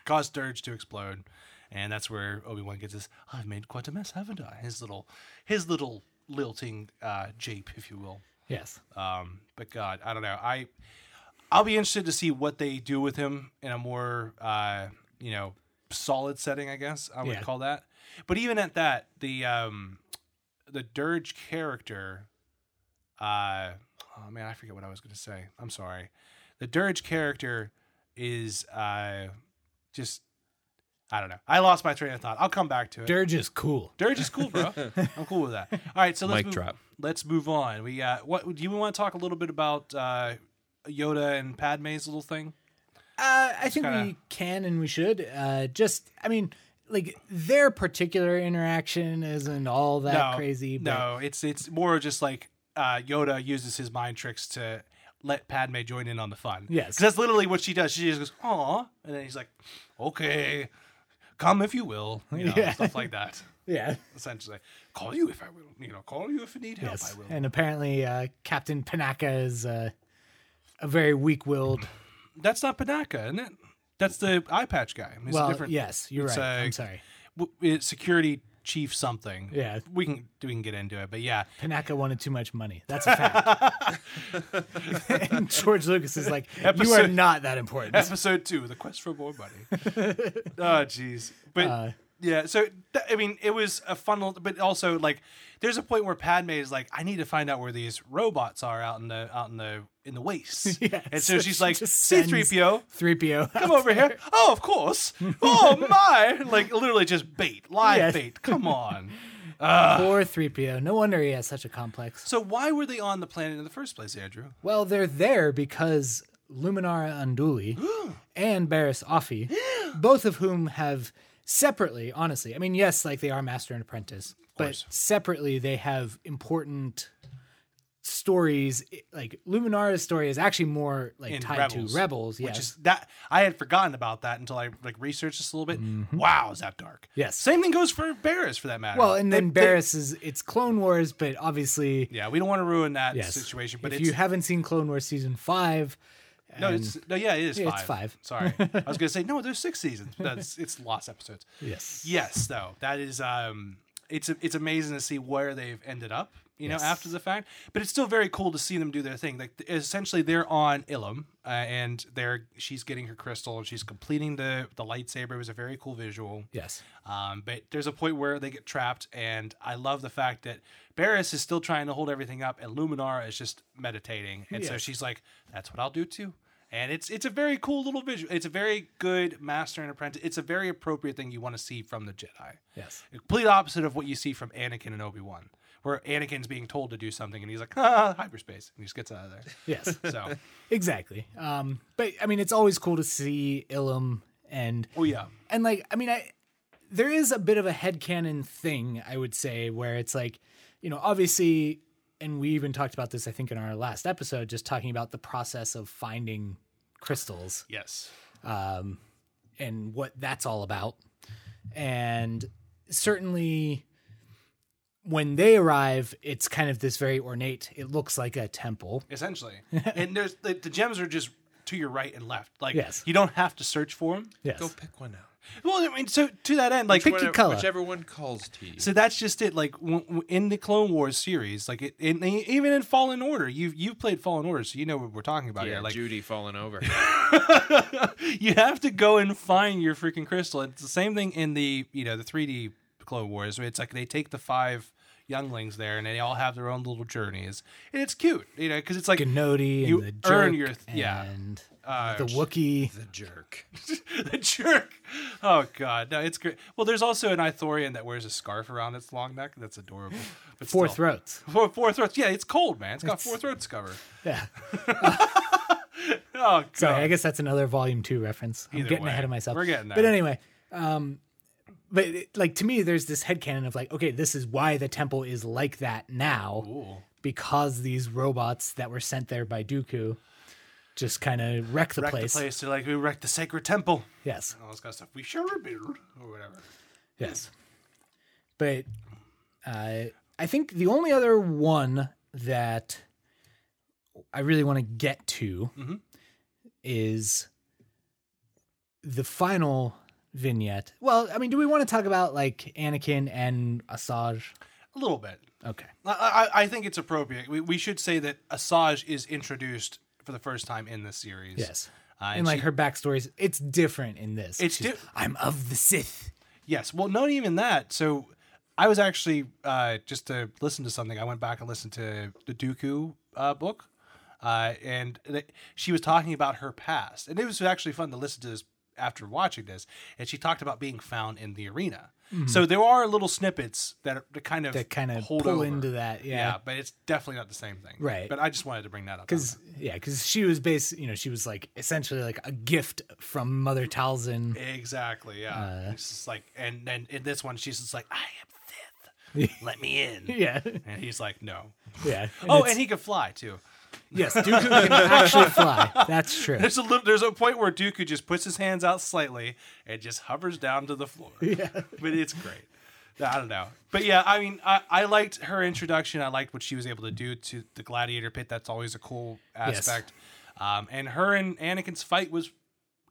Speaker 1: cause Dirge to explode, and that's where Obi Wan gets his "I've made quite a mess, haven't I?" His little, his little lilting uh, jape, if you will.
Speaker 2: Yes.
Speaker 1: Um, but God, I don't know. I I'll be interested to see what they do with him in a more uh, you know solid setting. I guess I would
Speaker 2: Yeah.
Speaker 1: call that. But even at that, the um, the dirge character, uh, oh man, I forget what I was going to say. I'm sorry. The dirge character is uh, just I don't know. I lost my train of thought. I'll come back to it.
Speaker 2: Dirge is cool.
Speaker 1: Dirge is cool, bro. I'm cool with that. All right, so let's
Speaker 3: Mic
Speaker 1: move,
Speaker 3: drop.
Speaker 1: Let's move on. We uh, what do you want to talk a little bit about uh, Yoda and Padme's little thing?
Speaker 2: Uh, I think
Speaker 1: kinda-
Speaker 2: we can and we should. Uh, just, I mean, like their particular interaction isn't all that crazy. But
Speaker 1: No, it's it's more just like uh, Yoda uses his mind tricks to let Padme join in on the fun.
Speaker 2: Yes.
Speaker 1: 'Cause that's literally what she does. She just goes, "Aw," and then he's like, "Okay, come if you will," you know,
Speaker 2: Yeah.
Speaker 1: stuff like that.
Speaker 2: Yeah.
Speaker 1: Essentially, call you if I will. You know, call you if you need help.
Speaker 2: Yes.
Speaker 1: I will.
Speaker 2: And apparently, uh, Captain Panaka is uh, a very weak-willed.
Speaker 1: that's not Padaka, isn't it? That's the eye patch guy. He's a
Speaker 2: Well,
Speaker 1: different-
Speaker 2: yes, you're
Speaker 1: it's
Speaker 2: right.
Speaker 1: a-
Speaker 2: I'm sorry.
Speaker 1: w- it's security chief something.
Speaker 2: Yeah.
Speaker 1: we can we can get into it, but yeah,
Speaker 2: Panaka wanted too much money. That's a fact. and George Lucas is like, you are
Speaker 1: Episode-
Speaker 2: not that important.
Speaker 1: episode two, the quest for more money. oh, jeez, but.
Speaker 2: Uh,
Speaker 1: yeah, so th- I mean, it was a funnel, but also like, there's a point where Padme is like, "I need to find out where these robots are out in the out in the in the wastes,"
Speaker 2: Yeah,
Speaker 1: and
Speaker 2: so
Speaker 1: so she's
Speaker 2: she
Speaker 1: like,
Speaker 2: just
Speaker 1: "C three PO,
Speaker 2: Three PO.
Speaker 1: come over here." Oh, of course. Oh my! Like literally just bait, live
Speaker 2: Yes.
Speaker 1: bait. Come on.
Speaker 2: Poor three PO. No wonder he has such a complex.
Speaker 1: So why were they on the planet in the first place, Andrew?
Speaker 2: Well, they're there because Luminara Unduli and Barris Offee, both of whom have separately, honestly, I mean, yes, like they are master and apprentice, but
Speaker 1: course.
Speaker 2: separately they have important stories. Like Luminara's story is actually more like
Speaker 1: In
Speaker 2: tied
Speaker 1: Rebels,
Speaker 2: to Rebels, yes.
Speaker 1: Which is that I had forgotten about that until I like researched this a little bit. Wow, is that dark?
Speaker 2: Mm-hmm. Yes.
Speaker 1: Same thing goes for Barris for that matter.
Speaker 2: well, and then
Speaker 1: They- they-
Speaker 2: Barris is it's Clone Wars, but obviously,
Speaker 1: yeah, we don't want to ruin that
Speaker 2: yes.
Speaker 1: situation, but
Speaker 2: if
Speaker 1: it's
Speaker 2: you haven't seen Clone Wars season five,
Speaker 1: no, it's no, yeah, it is.
Speaker 2: Yeah,
Speaker 1: five.
Speaker 2: it's five.
Speaker 1: Sorry, I was gonna say no. There's six seasons. That's it's lost episodes.
Speaker 2: yes,
Speaker 1: Yes, though that is um, it's it's amazing to see where they've ended up. You know, after the fact, but it's still very cool to see them do their thing. Like th- essentially, they're on Ilum, uh, and they're she's getting her crystal, and she's completing the the lightsaber. It was a very cool visual.
Speaker 2: yes,
Speaker 1: Um, but there's a point where they get trapped, and I love the fact that Barris is still trying to hold everything up, and Luminara is just meditating, and so
Speaker 2: Yes.
Speaker 1: she's like, "That's what I'll do too." And it's it's a very cool little visual. It's a very good master and apprentice. It's a very appropriate thing you want to see from the Jedi.
Speaker 2: yes,
Speaker 1: Complete opposite of what you see from Anakin and Obi Wan, where Anakin's being told to do something, and he's like, "Ah, hyperspace," and he just gets out of there.
Speaker 2: yes.
Speaker 1: So,
Speaker 2: Exactly. Um, but I mean, it's always cool to see Ilum and
Speaker 1: oh yeah,
Speaker 2: and like I mean, I there is a bit of a headcanon thing I would say where it's like, you know, obviously, and we even talked about this I think in our last episode, just talking about the process of finding crystals
Speaker 1: yes,
Speaker 2: um, and what that's all about. And certainly, when they arrive, it's kind of this very ornate. It looks like a temple.
Speaker 1: essentially. and there's the, the gems are just to your right and left. Like
Speaker 2: Yes.
Speaker 1: you don't have to search for them.
Speaker 2: Yes.
Speaker 3: Go pick one out.
Speaker 1: Well, I mean, so to that end, like,
Speaker 2: Pick
Speaker 1: whatever-
Speaker 2: your color.
Speaker 3: Whichever one calls to you.
Speaker 1: so that's just it. Like w- w- in the Clone Wars series, like it, in, e, even in Fallen Order, you've you've played Fallen Order, so you know what we're talking about
Speaker 3: yeah,
Speaker 1: here. Like
Speaker 3: Judy falling over.
Speaker 1: you have to go and find your freaking crystal. It's the same thing in the you know the 3D Clone Wars. where It's like they take the five younglings there, and they all have their own little journeys, and it's cute, you know, because it's like
Speaker 2: Gnody and
Speaker 1: You
Speaker 2: the jerk
Speaker 1: earn your th- yeah.
Speaker 2: and
Speaker 1: uh,
Speaker 2: the Wookiee.
Speaker 3: the jerk.
Speaker 1: the jerk. Oh god, no, it's great. Well, there's also an Ithorian that wears a scarf around its long neck. That's adorable. But
Speaker 2: Four
Speaker 1: still.
Speaker 2: throats.
Speaker 1: Four, four throats. Yeah, it's cold, man. It's got four throats cover.
Speaker 2: Yeah.
Speaker 1: Oh, God.
Speaker 2: So I guess that's another volume two reference. I'm
Speaker 1: Either
Speaker 2: getting
Speaker 1: way,
Speaker 2: ahead of myself.
Speaker 1: we're getting
Speaker 2: But
Speaker 1: there.
Speaker 2: anyway, um, but it- like to me, there's this headcanon of like, okay, this is why the temple is like that now
Speaker 1: Cool.
Speaker 2: because these robots that were sent there by Dooku just kind of wreck the
Speaker 1: Wreck
Speaker 2: place.
Speaker 1: the place. They're like, we wrecked the sacred temple.
Speaker 2: Yes.
Speaker 1: All this kind of stuff. We shall rebuild, or whatever.
Speaker 2: Yes. But uh, I think the only other one that I really want to get to
Speaker 1: Mhm.
Speaker 2: is the final vignette. Well, I mean, do we want to talk about like Anakin and Asajj?
Speaker 1: A little bit.
Speaker 2: Okay.
Speaker 1: I, I, I think it's appropriate. We, we should say that Asajj is introduced for the first time in this series.
Speaker 2: Yes.
Speaker 1: Uh,
Speaker 2: And,
Speaker 1: and
Speaker 2: like
Speaker 1: she-
Speaker 2: her backstories, it's different in this.
Speaker 1: It's
Speaker 2: She's,
Speaker 1: di-
Speaker 2: I'm of the Sith.
Speaker 1: Yes. Well, not even that. So I was actually uh, just to listen to something. I went back and listened to the Dooku uh, book, uh, and th- she was talking about her past, and it was actually fun to listen to this after watching this. And she talked about being found in the arena. So there are little snippets that, are, that kind of
Speaker 2: Mm-hmm. That kind of
Speaker 1: hold
Speaker 2: pull
Speaker 1: over.
Speaker 2: into that.
Speaker 1: Yeah. but it's definitely not the same thing.
Speaker 2: Right.
Speaker 1: But I just wanted to bring that up
Speaker 2: because yeah, because she was based, you know, she was like essentially like a gift from Mother Talzin.
Speaker 1: Exactly. Yeah.
Speaker 2: Uh.
Speaker 1: it's just like, and then in this one, she's just like, "I am fifth. Let me in."
Speaker 2: Yeah,
Speaker 1: And he's like, "No."
Speaker 2: yeah.
Speaker 1: oh,
Speaker 2: it's-
Speaker 1: and he could fly too.
Speaker 2: yes, Dooku can actually fly. That's true.
Speaker 1: There's a little, there's a point where Dooku just puts his hands out slightly and just hovers down to the floor. Yeah, but it's great. I don't know, but yeah, I mean, I, I liked her introduction. I liked what she was able to do to the gladiator pit. That's always a cool
Speaker 2: Yes.
Speaker 1: aspect. Um, and her and Anakin's fight was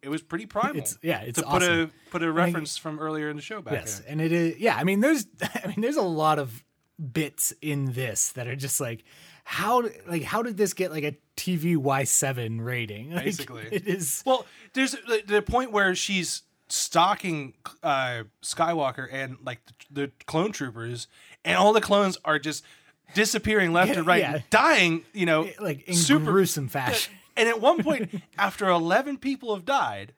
Speaker 1: it was pretty primal.
Speaker 2: It's- yeah, it's
Speaker 1: to
Speaker 2: awesome.
Speaker 1: put a put a reference from earlier in the show back.
Speaker 2: Yes,
Speaker 1: in.
Speaker 2: and it is. Yeah, I mean, there's, I mean, there's a lot of bits in this that are just like, how, like, how did this get like a TV Y seven rating? Like,
Speaker 1: Basically.
Speaker 2: it is.
Speaker 1: Well, there's the, the point where she's stalking uh, Skywalker and like the, the clone troopers, and all the clones are just disappearing left and right,
Speaker 2: Yeah.
Speaker 1: and dying. You know,
Speaker 2: Like in
Speaker 1: super.
Speaker 2: gruesome fashion.
Speaker 1: And at one point, after eleven people have died,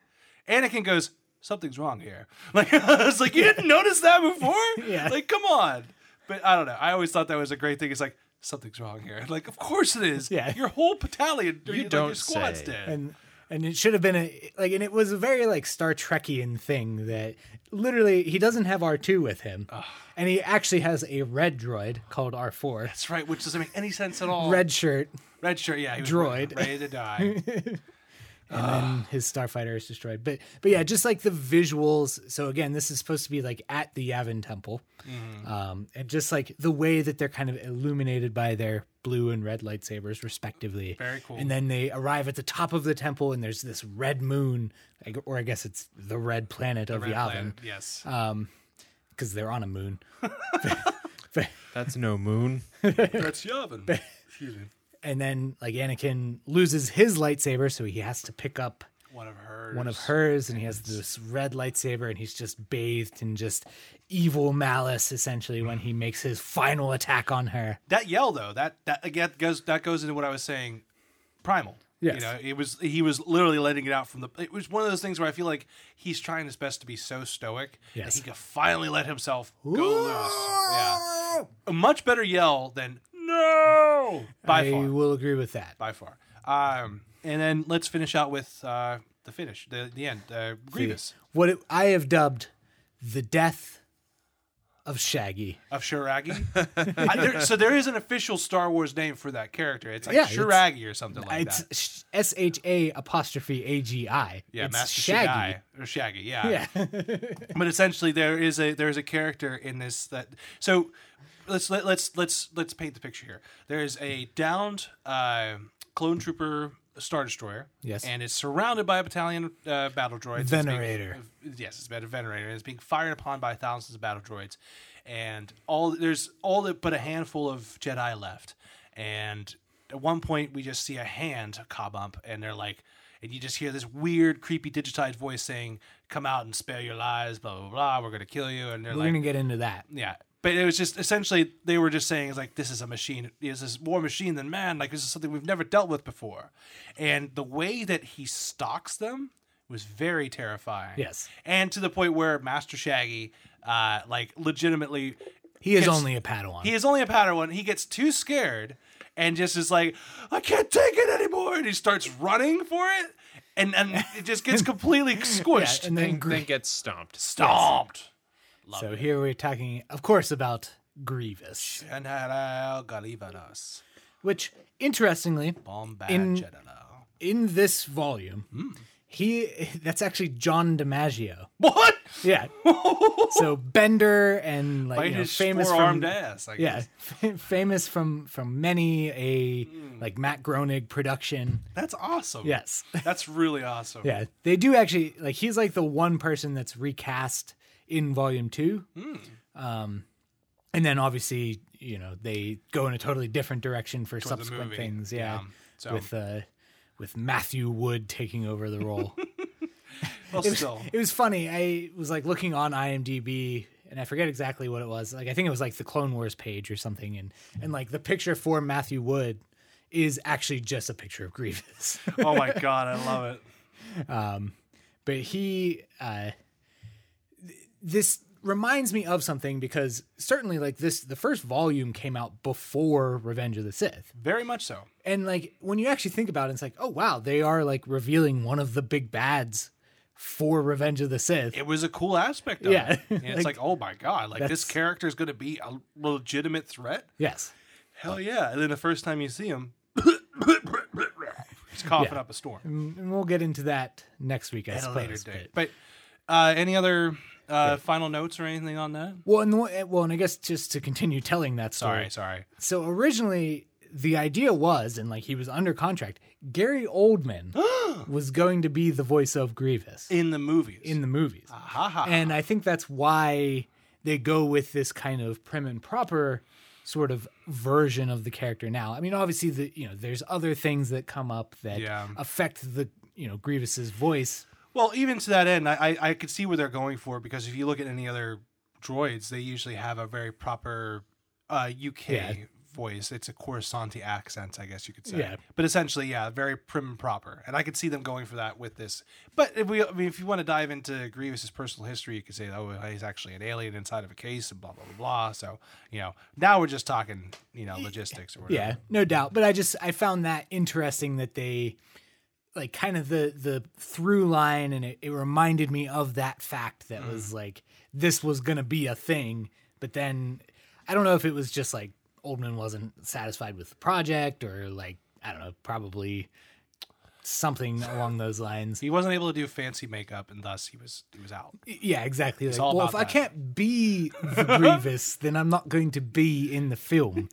Speaker 1: Anakin goes, "Something's wrong here." Like I was like, "You didn't notice that before?"
Speaker 2: Yeah.
Speaker 1: Like, come on. But I don't know. I always thought that was a great thing. It's like something's wrong here. Like, of course it is.
Speaker 2: Yeah.
Speaker 1: Your whole battalion, you like, your
Speaker 3: don't
Speaker 1: squad's
Speaker 3: say.
Speaker 1: dead.
Speaker 2: and and it should have been a like and it was a very like star trekian thing that literally he doesn't have r2 with him and he actually has a red droid called r4
Speaker 1: That's right, which doesn't make any sense at all.
Speaker 2: red shirt
Speaker 1: red shirt, yeah, he was
Speaker 2: droid.
Speaker 1: ready to die.
Speaker 2: and
Speaker 1: Ah.
Speaker 2: then his starfighter is destroyed but but yeah just like the visuals so again this is supposed to be like at the yavin temple
Speaker 1: Mm-hmm.
Speaker 2: um and just like the way that they're kind of illuminated by their blue and red lightsabers respectively
Speaker 1: Very cool.
Speaker 2: and then they arrive at the top of the temple and there's this red moon I gu- or i guess it's the red planet of
Speaker 1: Red
Speaker 2: yavin Uh,
Speaker 1: planet, yes,
Speaker 2: because they're on a moon
Speaker 3: That's no moon.
Speaker 1: that's Yavin. Excuse me.
Speaker 2: and then like anakin loses his lightsaber so he has to pick up
Speaker 1: One of hers.
Speaker 2: one of hers and he has this red lightsaber and he's just bathed in just evil malice essentially when he makes his final attack on her
Speaker 1: That yell though, that that again goes that goes into what I was saying. Primal.
Speaker 2: Yes.
Speaker 1: You know, it was he was literally letting it out from the. It was one of those things where I feel like he's trying his best to be so stoic
Speaker 2: Yes.
Speaker 1: that he could finally let himself go loose. Yeah, a much better yell than no by
Speaker 2: i
Speaker 1: far.
Speaker 2: will agree with that
Speaker 1: by far. Um, and then let's finish out with uh, the finish, the, the end, uh, Grievous
Speaker 2: what it, i have dubbed the death of shaggy
Speaker 1: of Shiragi. I, there, so there is an official Star Wars name for that character. It's like
Speaker 2: Yeah, it's-
Speaker 1: Shiragi or something like that.
Speaker 2: it's s-h-a apostrophe a-g-i
Speaker 1: Yeah,
Speaker 2: it's
Speaker 1: Master
Speaker 2: shaggy
Speaker 1: Shaggy or Shaggy. Yeah.
Speaker 2: yeah
Speaker 1: But essentially, there is a there is a character in this that so. Let's let, let's let's let's paint the picture here. There is a downed uh, clone trooper star destroyer.
Speaker 2: Yes.
Speaker 1: and it's surrounded by a battalion uh, battle droids. It's being-
Speaker 2: Venerator.
Speaker 1: yes, it's about a venerator. and It's being fired upon by thousands of battle droids, and all there's all that but a handful of Jedi left. And at one point, we just see a hand cobump, and they're like, and you just hear this weird, creepy, digitized voice saying, "Come out and spare your lies, blah blah blah. We're gonna kill you." And they're
Speaker 2: we're
Speaker 1: like,
Speaker 2: gonna get into that
Speaker 1: yeah. But it was just essentially they were just saying it's like this is a machine, this is more machine than man. Like this is something we've never dealt with before, and the way that he stalks them was very terrifying.
Speaker 2: Yes.
Speaker 1: and to the point where Master Shaggy, uh, like legitimately,
Speaker 2: he is
Speaker 1: Gets-
Speaker 2: only a padawan
Speaker 1: he is only a Padawan. He gets too scared and just is like, I can't take it anymore, and he starts running for it, and and it just gets completely squished,
Speaker 2: and then
Speaker 3: Then,
Speaker 2: Grie-
Speaker 3: then gets stomped.
Speaker 1: stomped. Love
Speaker 2: so
Speaker 1: it.
Speaker 2: here we're talking, of course, about Grievous,
Speaker 1: General Galivanas,
Speaker 2: which interestingly,
Speaker 1: Bombad
Speaker 2: In-
Speaker 1: General.
Speaker 2: in this volume,
Speaker 1: Hmm.
Speaker 2: he that's actually John DiMaggio.
Speaker 1: What?
Speaker 2: Yeah. so Bender and like
Speaker 1: Like
Speaker 2: you know,
Speaker 1: his
Speaker 2: famous
Speaker 1: four-armed
Speaker 2: from
Speaker 1: ass. I
Speaker 2: yeah,
Speaker 1: guess.
Speaker 2: famous from from many a like Matt Groenig production.
Speaker 1: That's awesome.
Speaker 2: Yes.
Speaker 1: That's really awesome.
Speaker 2: Yeah, they do actually like he's like the one person that's recast in volume two.
Speaker 1: Hmm.
Speaker 2: Um, and then obviously you know they go in a totally different direction for
Speaker 1: the
Speaker 2: subsequent
Speaker 1: movie.
Speaker 2: things. Yeah,
Speaker 1: Yeah, so-
Speaker 2: with uh, with Matthew Wood taking over the role.
Speaker 1: But
Speaker 2: it, was,
Speaker 1: still.
Speaker 2: it was funny. I was like looking on IMDb. And I forget exactly what it was. Like I think it was like the Clone Wars page or something, and and like the picture for Matthew Wood is actually just a picture of Grievous.
Speaker 1: oh my god, I love it.
Speaker 2: but he uh th- this reminds me of something because certainly like this the first volume came out before revenge of the sith
Speaker 1: Very much so.
Speaker 2: and like when you actually think about it it's like oh wow they are like revealing one of the big bads for revenge of the sith
Speaker 1: It was a cool aspect of
Speaker 2: Yeah.
Speaker 1: it. And it's
Speaker 2: Like,
Speaker 1: like, oh my god, like this
Speaker 2: that's-
Speaker 1: character is going to be a legitimate threat.
Speaker 2: yes
Speaker 1: Hell yeah! And then the first time you see him, he's coughing up a storm
Speaker 2: and we'll get into that next week i
Speaker 1: at a
Speaker 2: suppose
Speaker 1: later date.
Speaker 2: Mm, but-
Speaker 1: But uh, any other uh, final notes or anything on that?
Speaker 2: well and the, one- eh, well and i guess just to continue telling that story
Speaker 1: Sorry, sorry.
Speaker 2: so originally the idea was and like he was under contract gary oldman was going to be the voice of grievous
Speaker 1: In the movies,
Speaker 2: in the movies.
Speaker 1: ha ha.
Speaker 2: And I think that's why they go with this kind of prim and proper sort of version of the character now. I mean, obviously the you know, there's other things that come up that
Speaker 1: Yeah.
Speaker 2: affect the you know, Grievous's voice.
Speaker 1: Well, even to that end, I, I I could see where they're going for it because if you look at any other droids, they usually have a very proper uh, UK
Speaker 2: Yeah.
Speaker 1: voice. It's a Coruscanti accent, I guess you could say.
Speaker 2: Yeah.
Speaker 1: But essentially, yeah, very prim and proper. And I could see them going for that with this. But if we, I mean, if you want to dive into Grievous's personal history, you could say, oh, he's actually an alien inside of a case and blah blah blah blah. So you know, now we're just talking, you know, logistics or whatever.
Speaker 2: Yeah, no doubt. But I just I found that interesting that they like kind of the the through line and it, it reminded me of that fact that was
Speaker 1: Mm.
Speaker 2: like this was gonna be a thing, but then I don't know if it was just like Oldman wasn't satisfied with the project or like I don't know, probably something along those lines.
Speaker 1: He wasn't able to do fancy makeup, and thus he was he was out.
Speaker 2: Yeah, exactly. Like,
Speaker 1: all
Speaker 2: well, if
Speaker 1: about
Speaker 2: I
Speaker 1: that.
Speaker 2: can't be the Grievous, then I'm not going to be in the film.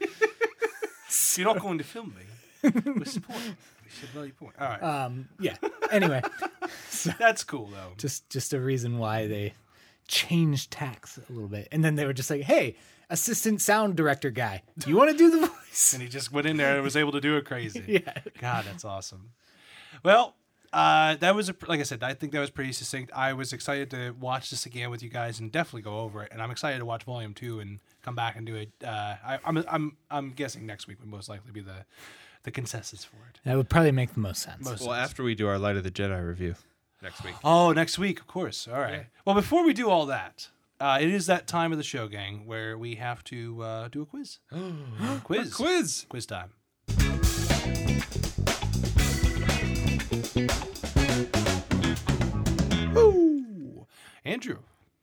Speaker 1: You're not going to film me. We're supporting. We should really point. All right.
Speaker 2: Um, yeah. Anyway.
Speaker 1: That's cool though.
Speaker 2: just just a reason why they changed tax a little bit and then they were just like hey assistant sound director guy do you want to do the voice
Speaker 1: And he just went in there and was able to do it crazy.
Speaker 2: yeah
Speaker 1: God, that's awesome. Well, uh, that was a, like I said. I think that was pretty succinct. I was excited to watch this again with you guys and definitely go over it. And I'm excited to watch Volume Two and come back and do it. Uh, I, I'm I'm I'm guessing next week would most likely be the the consensus for it.
Speaker 2: that would probably make the most sense
Speaker 1: Most-
Speaker 3: Well, after we do our Light of the Jedi review next week.
Speaker 1: Oh, next week, of course. All right. Well, before we do all that, uh, it is that time of the show, gang, where we have to uh, do a quiz. quiz.
Speaker 3: Quiz.
Speaker 1: Quiz time. Woo! Andrew,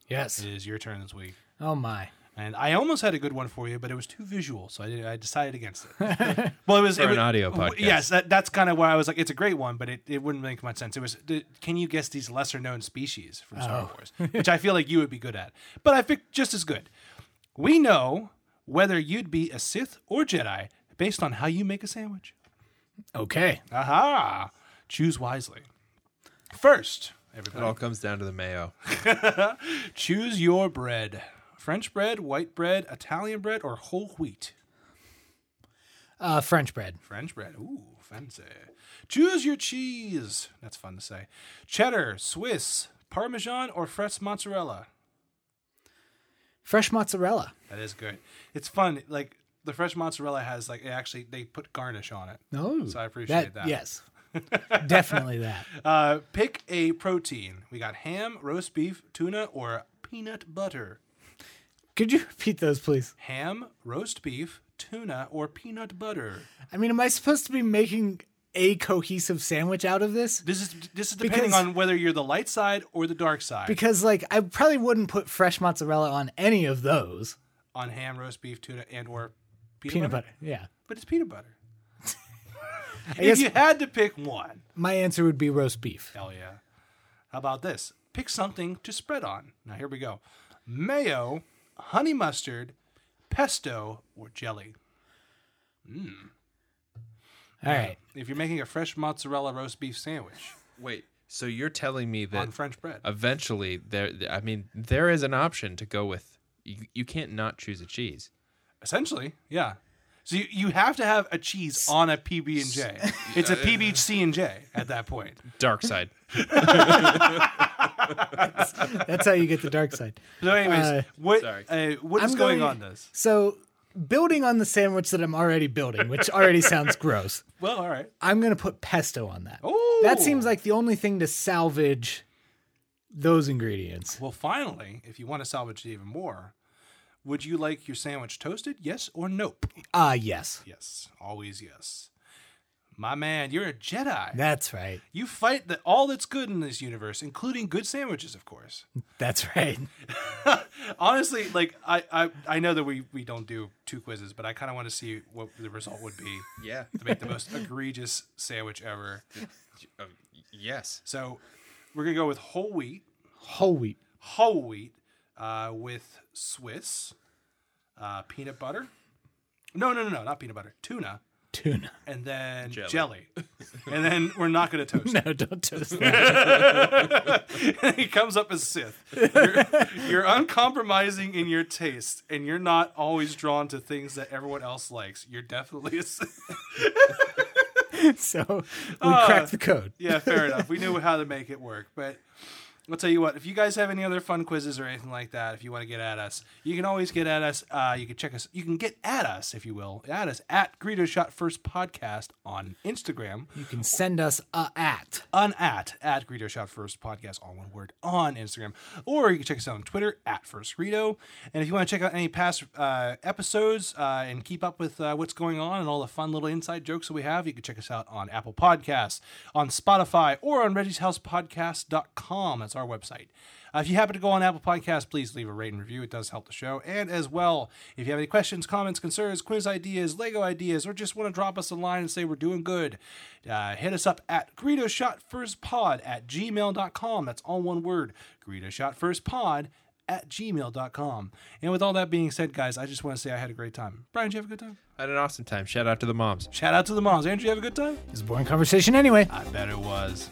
Speaker 2: yes
Speaker 1: it is your turn this week.
Speaker 2: oh my
Speaker 1: And I almost had a good one for you, but it was too visual, so I, did, I decided against it. well, it was
Speaker 3: For
Speaker 1: it
Speaker 3: an
Speaker 1: was-
Speaker 3: audio
Speaker 1: w-
Speaker 3: podcast.
Speaker 1: Yes, that, that's kind of why I was like, it's a great one, but it, it wouldn't make much sense. It was, d- can you guess these lesser known species from Star
Speaker 3: Oh.
Speaker 1: Wars, which I feel like you would be good at, but I think just as good. We know whether you'd be a Sith or Jedi based on how you make a sandwich.
Speaker 2: okay
Speaker 1: Aha! Choose wisely. First,
Speaker 3: It
Speaker 1: everybody,
Speaker 3: all comes down to the mayo.
Speaker 1: choose your bread: French bread, white bread, Italian bread, or whole wheat.
Speaker 2: uh french bread
Speaker 1: French bread. Ooh, fancy. Choose your cheese. That's fun to say. Cheddar, Swiss, Parmesan, or fresh mozzarella.
Speaker 2: fresh mozzarella
Speaker 1: That is good. It's fun. Like the fresh mozzarella has like it actually they put garnish on it.
Speaker 2: no
Speaker 1: So I appreciate that.
Speaker 2: yes definitely that
Speaker 1: Uh, pick a protein. We got ham, roast beef, tuna, or peanut butter.
Speaker 2: could you repeat those please
Speaker 1: Ham, roast beef, tuna, or peanut butter.
Speaker 2: I mean, am I supposed to be making a cohesive sandwich out of this?
Speaker 1: This is this is depending
Speaker 2: Because-
Speaker 1: on whether you're the light side or the dark side.
Speaker 2: Because like I probably wouldn't put fresh mozzarella on any of those.
Speaker 1: on ham, roast beef, tuna, and or peanut,
Speaker 2: Peanut
Speaker 1: butter.
Speaker 2: butter. Yeah.
Speaker 1: But it's peanut butter. if
Speaker 2: guess-
Speaker 1: you had to pick one,
Speaker 2: My answer would be roast beef.
Speaker 1: hell yeah. How about this? Pick something to spread on. Now here we go: mayo, honey mustard, pesto, or jelly.
Speaker 2: All right.
Speaker 1: If you're making a fresh mozzarella roast beef sandwich
Speaker 3: Wait, so you're telling me that
Speaker 1: on French bread,
Speaker 3: eventually there I mean there is an option to go with you, you can't not choose a cheese.
Speaker 1: essentially, yeah. So you, you have to have a cheese on a PB and J. It's a PBC and J at that point.
Speaker 3: Dark side.
Speaker 2: That's how you get the dark side.
Speaker 1: So, anyways,
Speaker 2: Uh,
Speaker 1: what
Speaker 3: sorry.
Speaker 1: uh, what
Speaker 2: I'm
Speaker 1: is going,
Speaker 2: going-
Speaker 1: on this?
Speaker 2: So, building on the sandwich that I'm already building, which already sounds gross,
Speaker 1: Well, all right.
Speaker 2: I'm going to put pesto on that.
Speaker 1: Oh,
Speaker 2: That seems like the only thing to salvage those ingredients.
Speaker 1: Well, finally, if you want to salvage it even more, would you like your sandwich toasted? Yes or nope?
Speaker 2: Ah, yes.
Speaker 1: Yes, always yes. My man, you're a Jedi.
Speaker 2: That's right.
Speaker 1: You fight the, all that's good in this universe, including good sandwiches, of course.
Speaker 2: That's right.
Speaker 1: Honestly, like I, I, I know that we we don't do two quizzes, but I kind of want to see what the result would be
Speaker 3: Yeah.
Speaker 1: to make the most egregious sandwich ever.
Speaker 3: Oh, yes.
Speaker 1: So, we're gonna go with whole wheat.
Speaker 2: Whole wheat.
Speaker 1: whole wheat uh, with Swiss, uh, peanut butter. No, no, no, no, not peanut butter. Tuna,
Speaker 2: Tuna.
Speaker 1: and then jelly.
Speaker 3: Jelly.
Speaker 1: and then we're not going to toast.
Speaker 2: No, don't toast that.
Speaker 1: it. he comes up as Sith. You're, you're uncompromising in your taste, and you're not always drawn to things that everyone else likes. You're definitely a Sith.
Speaker 2: so, we cracked the code.
Speaker 1: Yeah, fair enough. We knew how to make it work, but I'll tell you what. If you guys have any other fun quizzes or anything like that, if you want to get at us, you can always get at us. Uh, you can check us. You can get at us, if you will, at us at Greedo Shot First Podcast on Instagram,
Speaker 2: You can send us a at.
Speaker 1: on at at Greedo Shot First Podcast, all one word on Instagram, or you can check us out on Twitter at First Greedo. And if you want to check out any past uh, episodes uh, and keep up with uh, what's going on and all the fun little inside jokes that we have, you can check us out on Apple Podcasts, on Spotify, or on Reggie's House Podcast.com. That's our website. Uh, if you happen to go on Apple Podcasts, please leave a rate and review. It does help the show. And as well, if you have any questions, comments, concerns, quiz ideas, Lego ideas, or just want to drop us a line and say we're doing good, uh, hit us up at GreedoShotFirstPod at gmail.com. That's all one word, GreedoShotFirstPod at gmail.com. And with all that being said, guys, I just want to say I had a great time. Brian, did you have a good time?
Speaker 3: I had an awesome time. Shout out to the moms.
Speaker 1: Shout out to the moms. Andrew, you have a good time?
Speaker 2: It's a boring conversation anyway.
Speaker 1: I bet it was.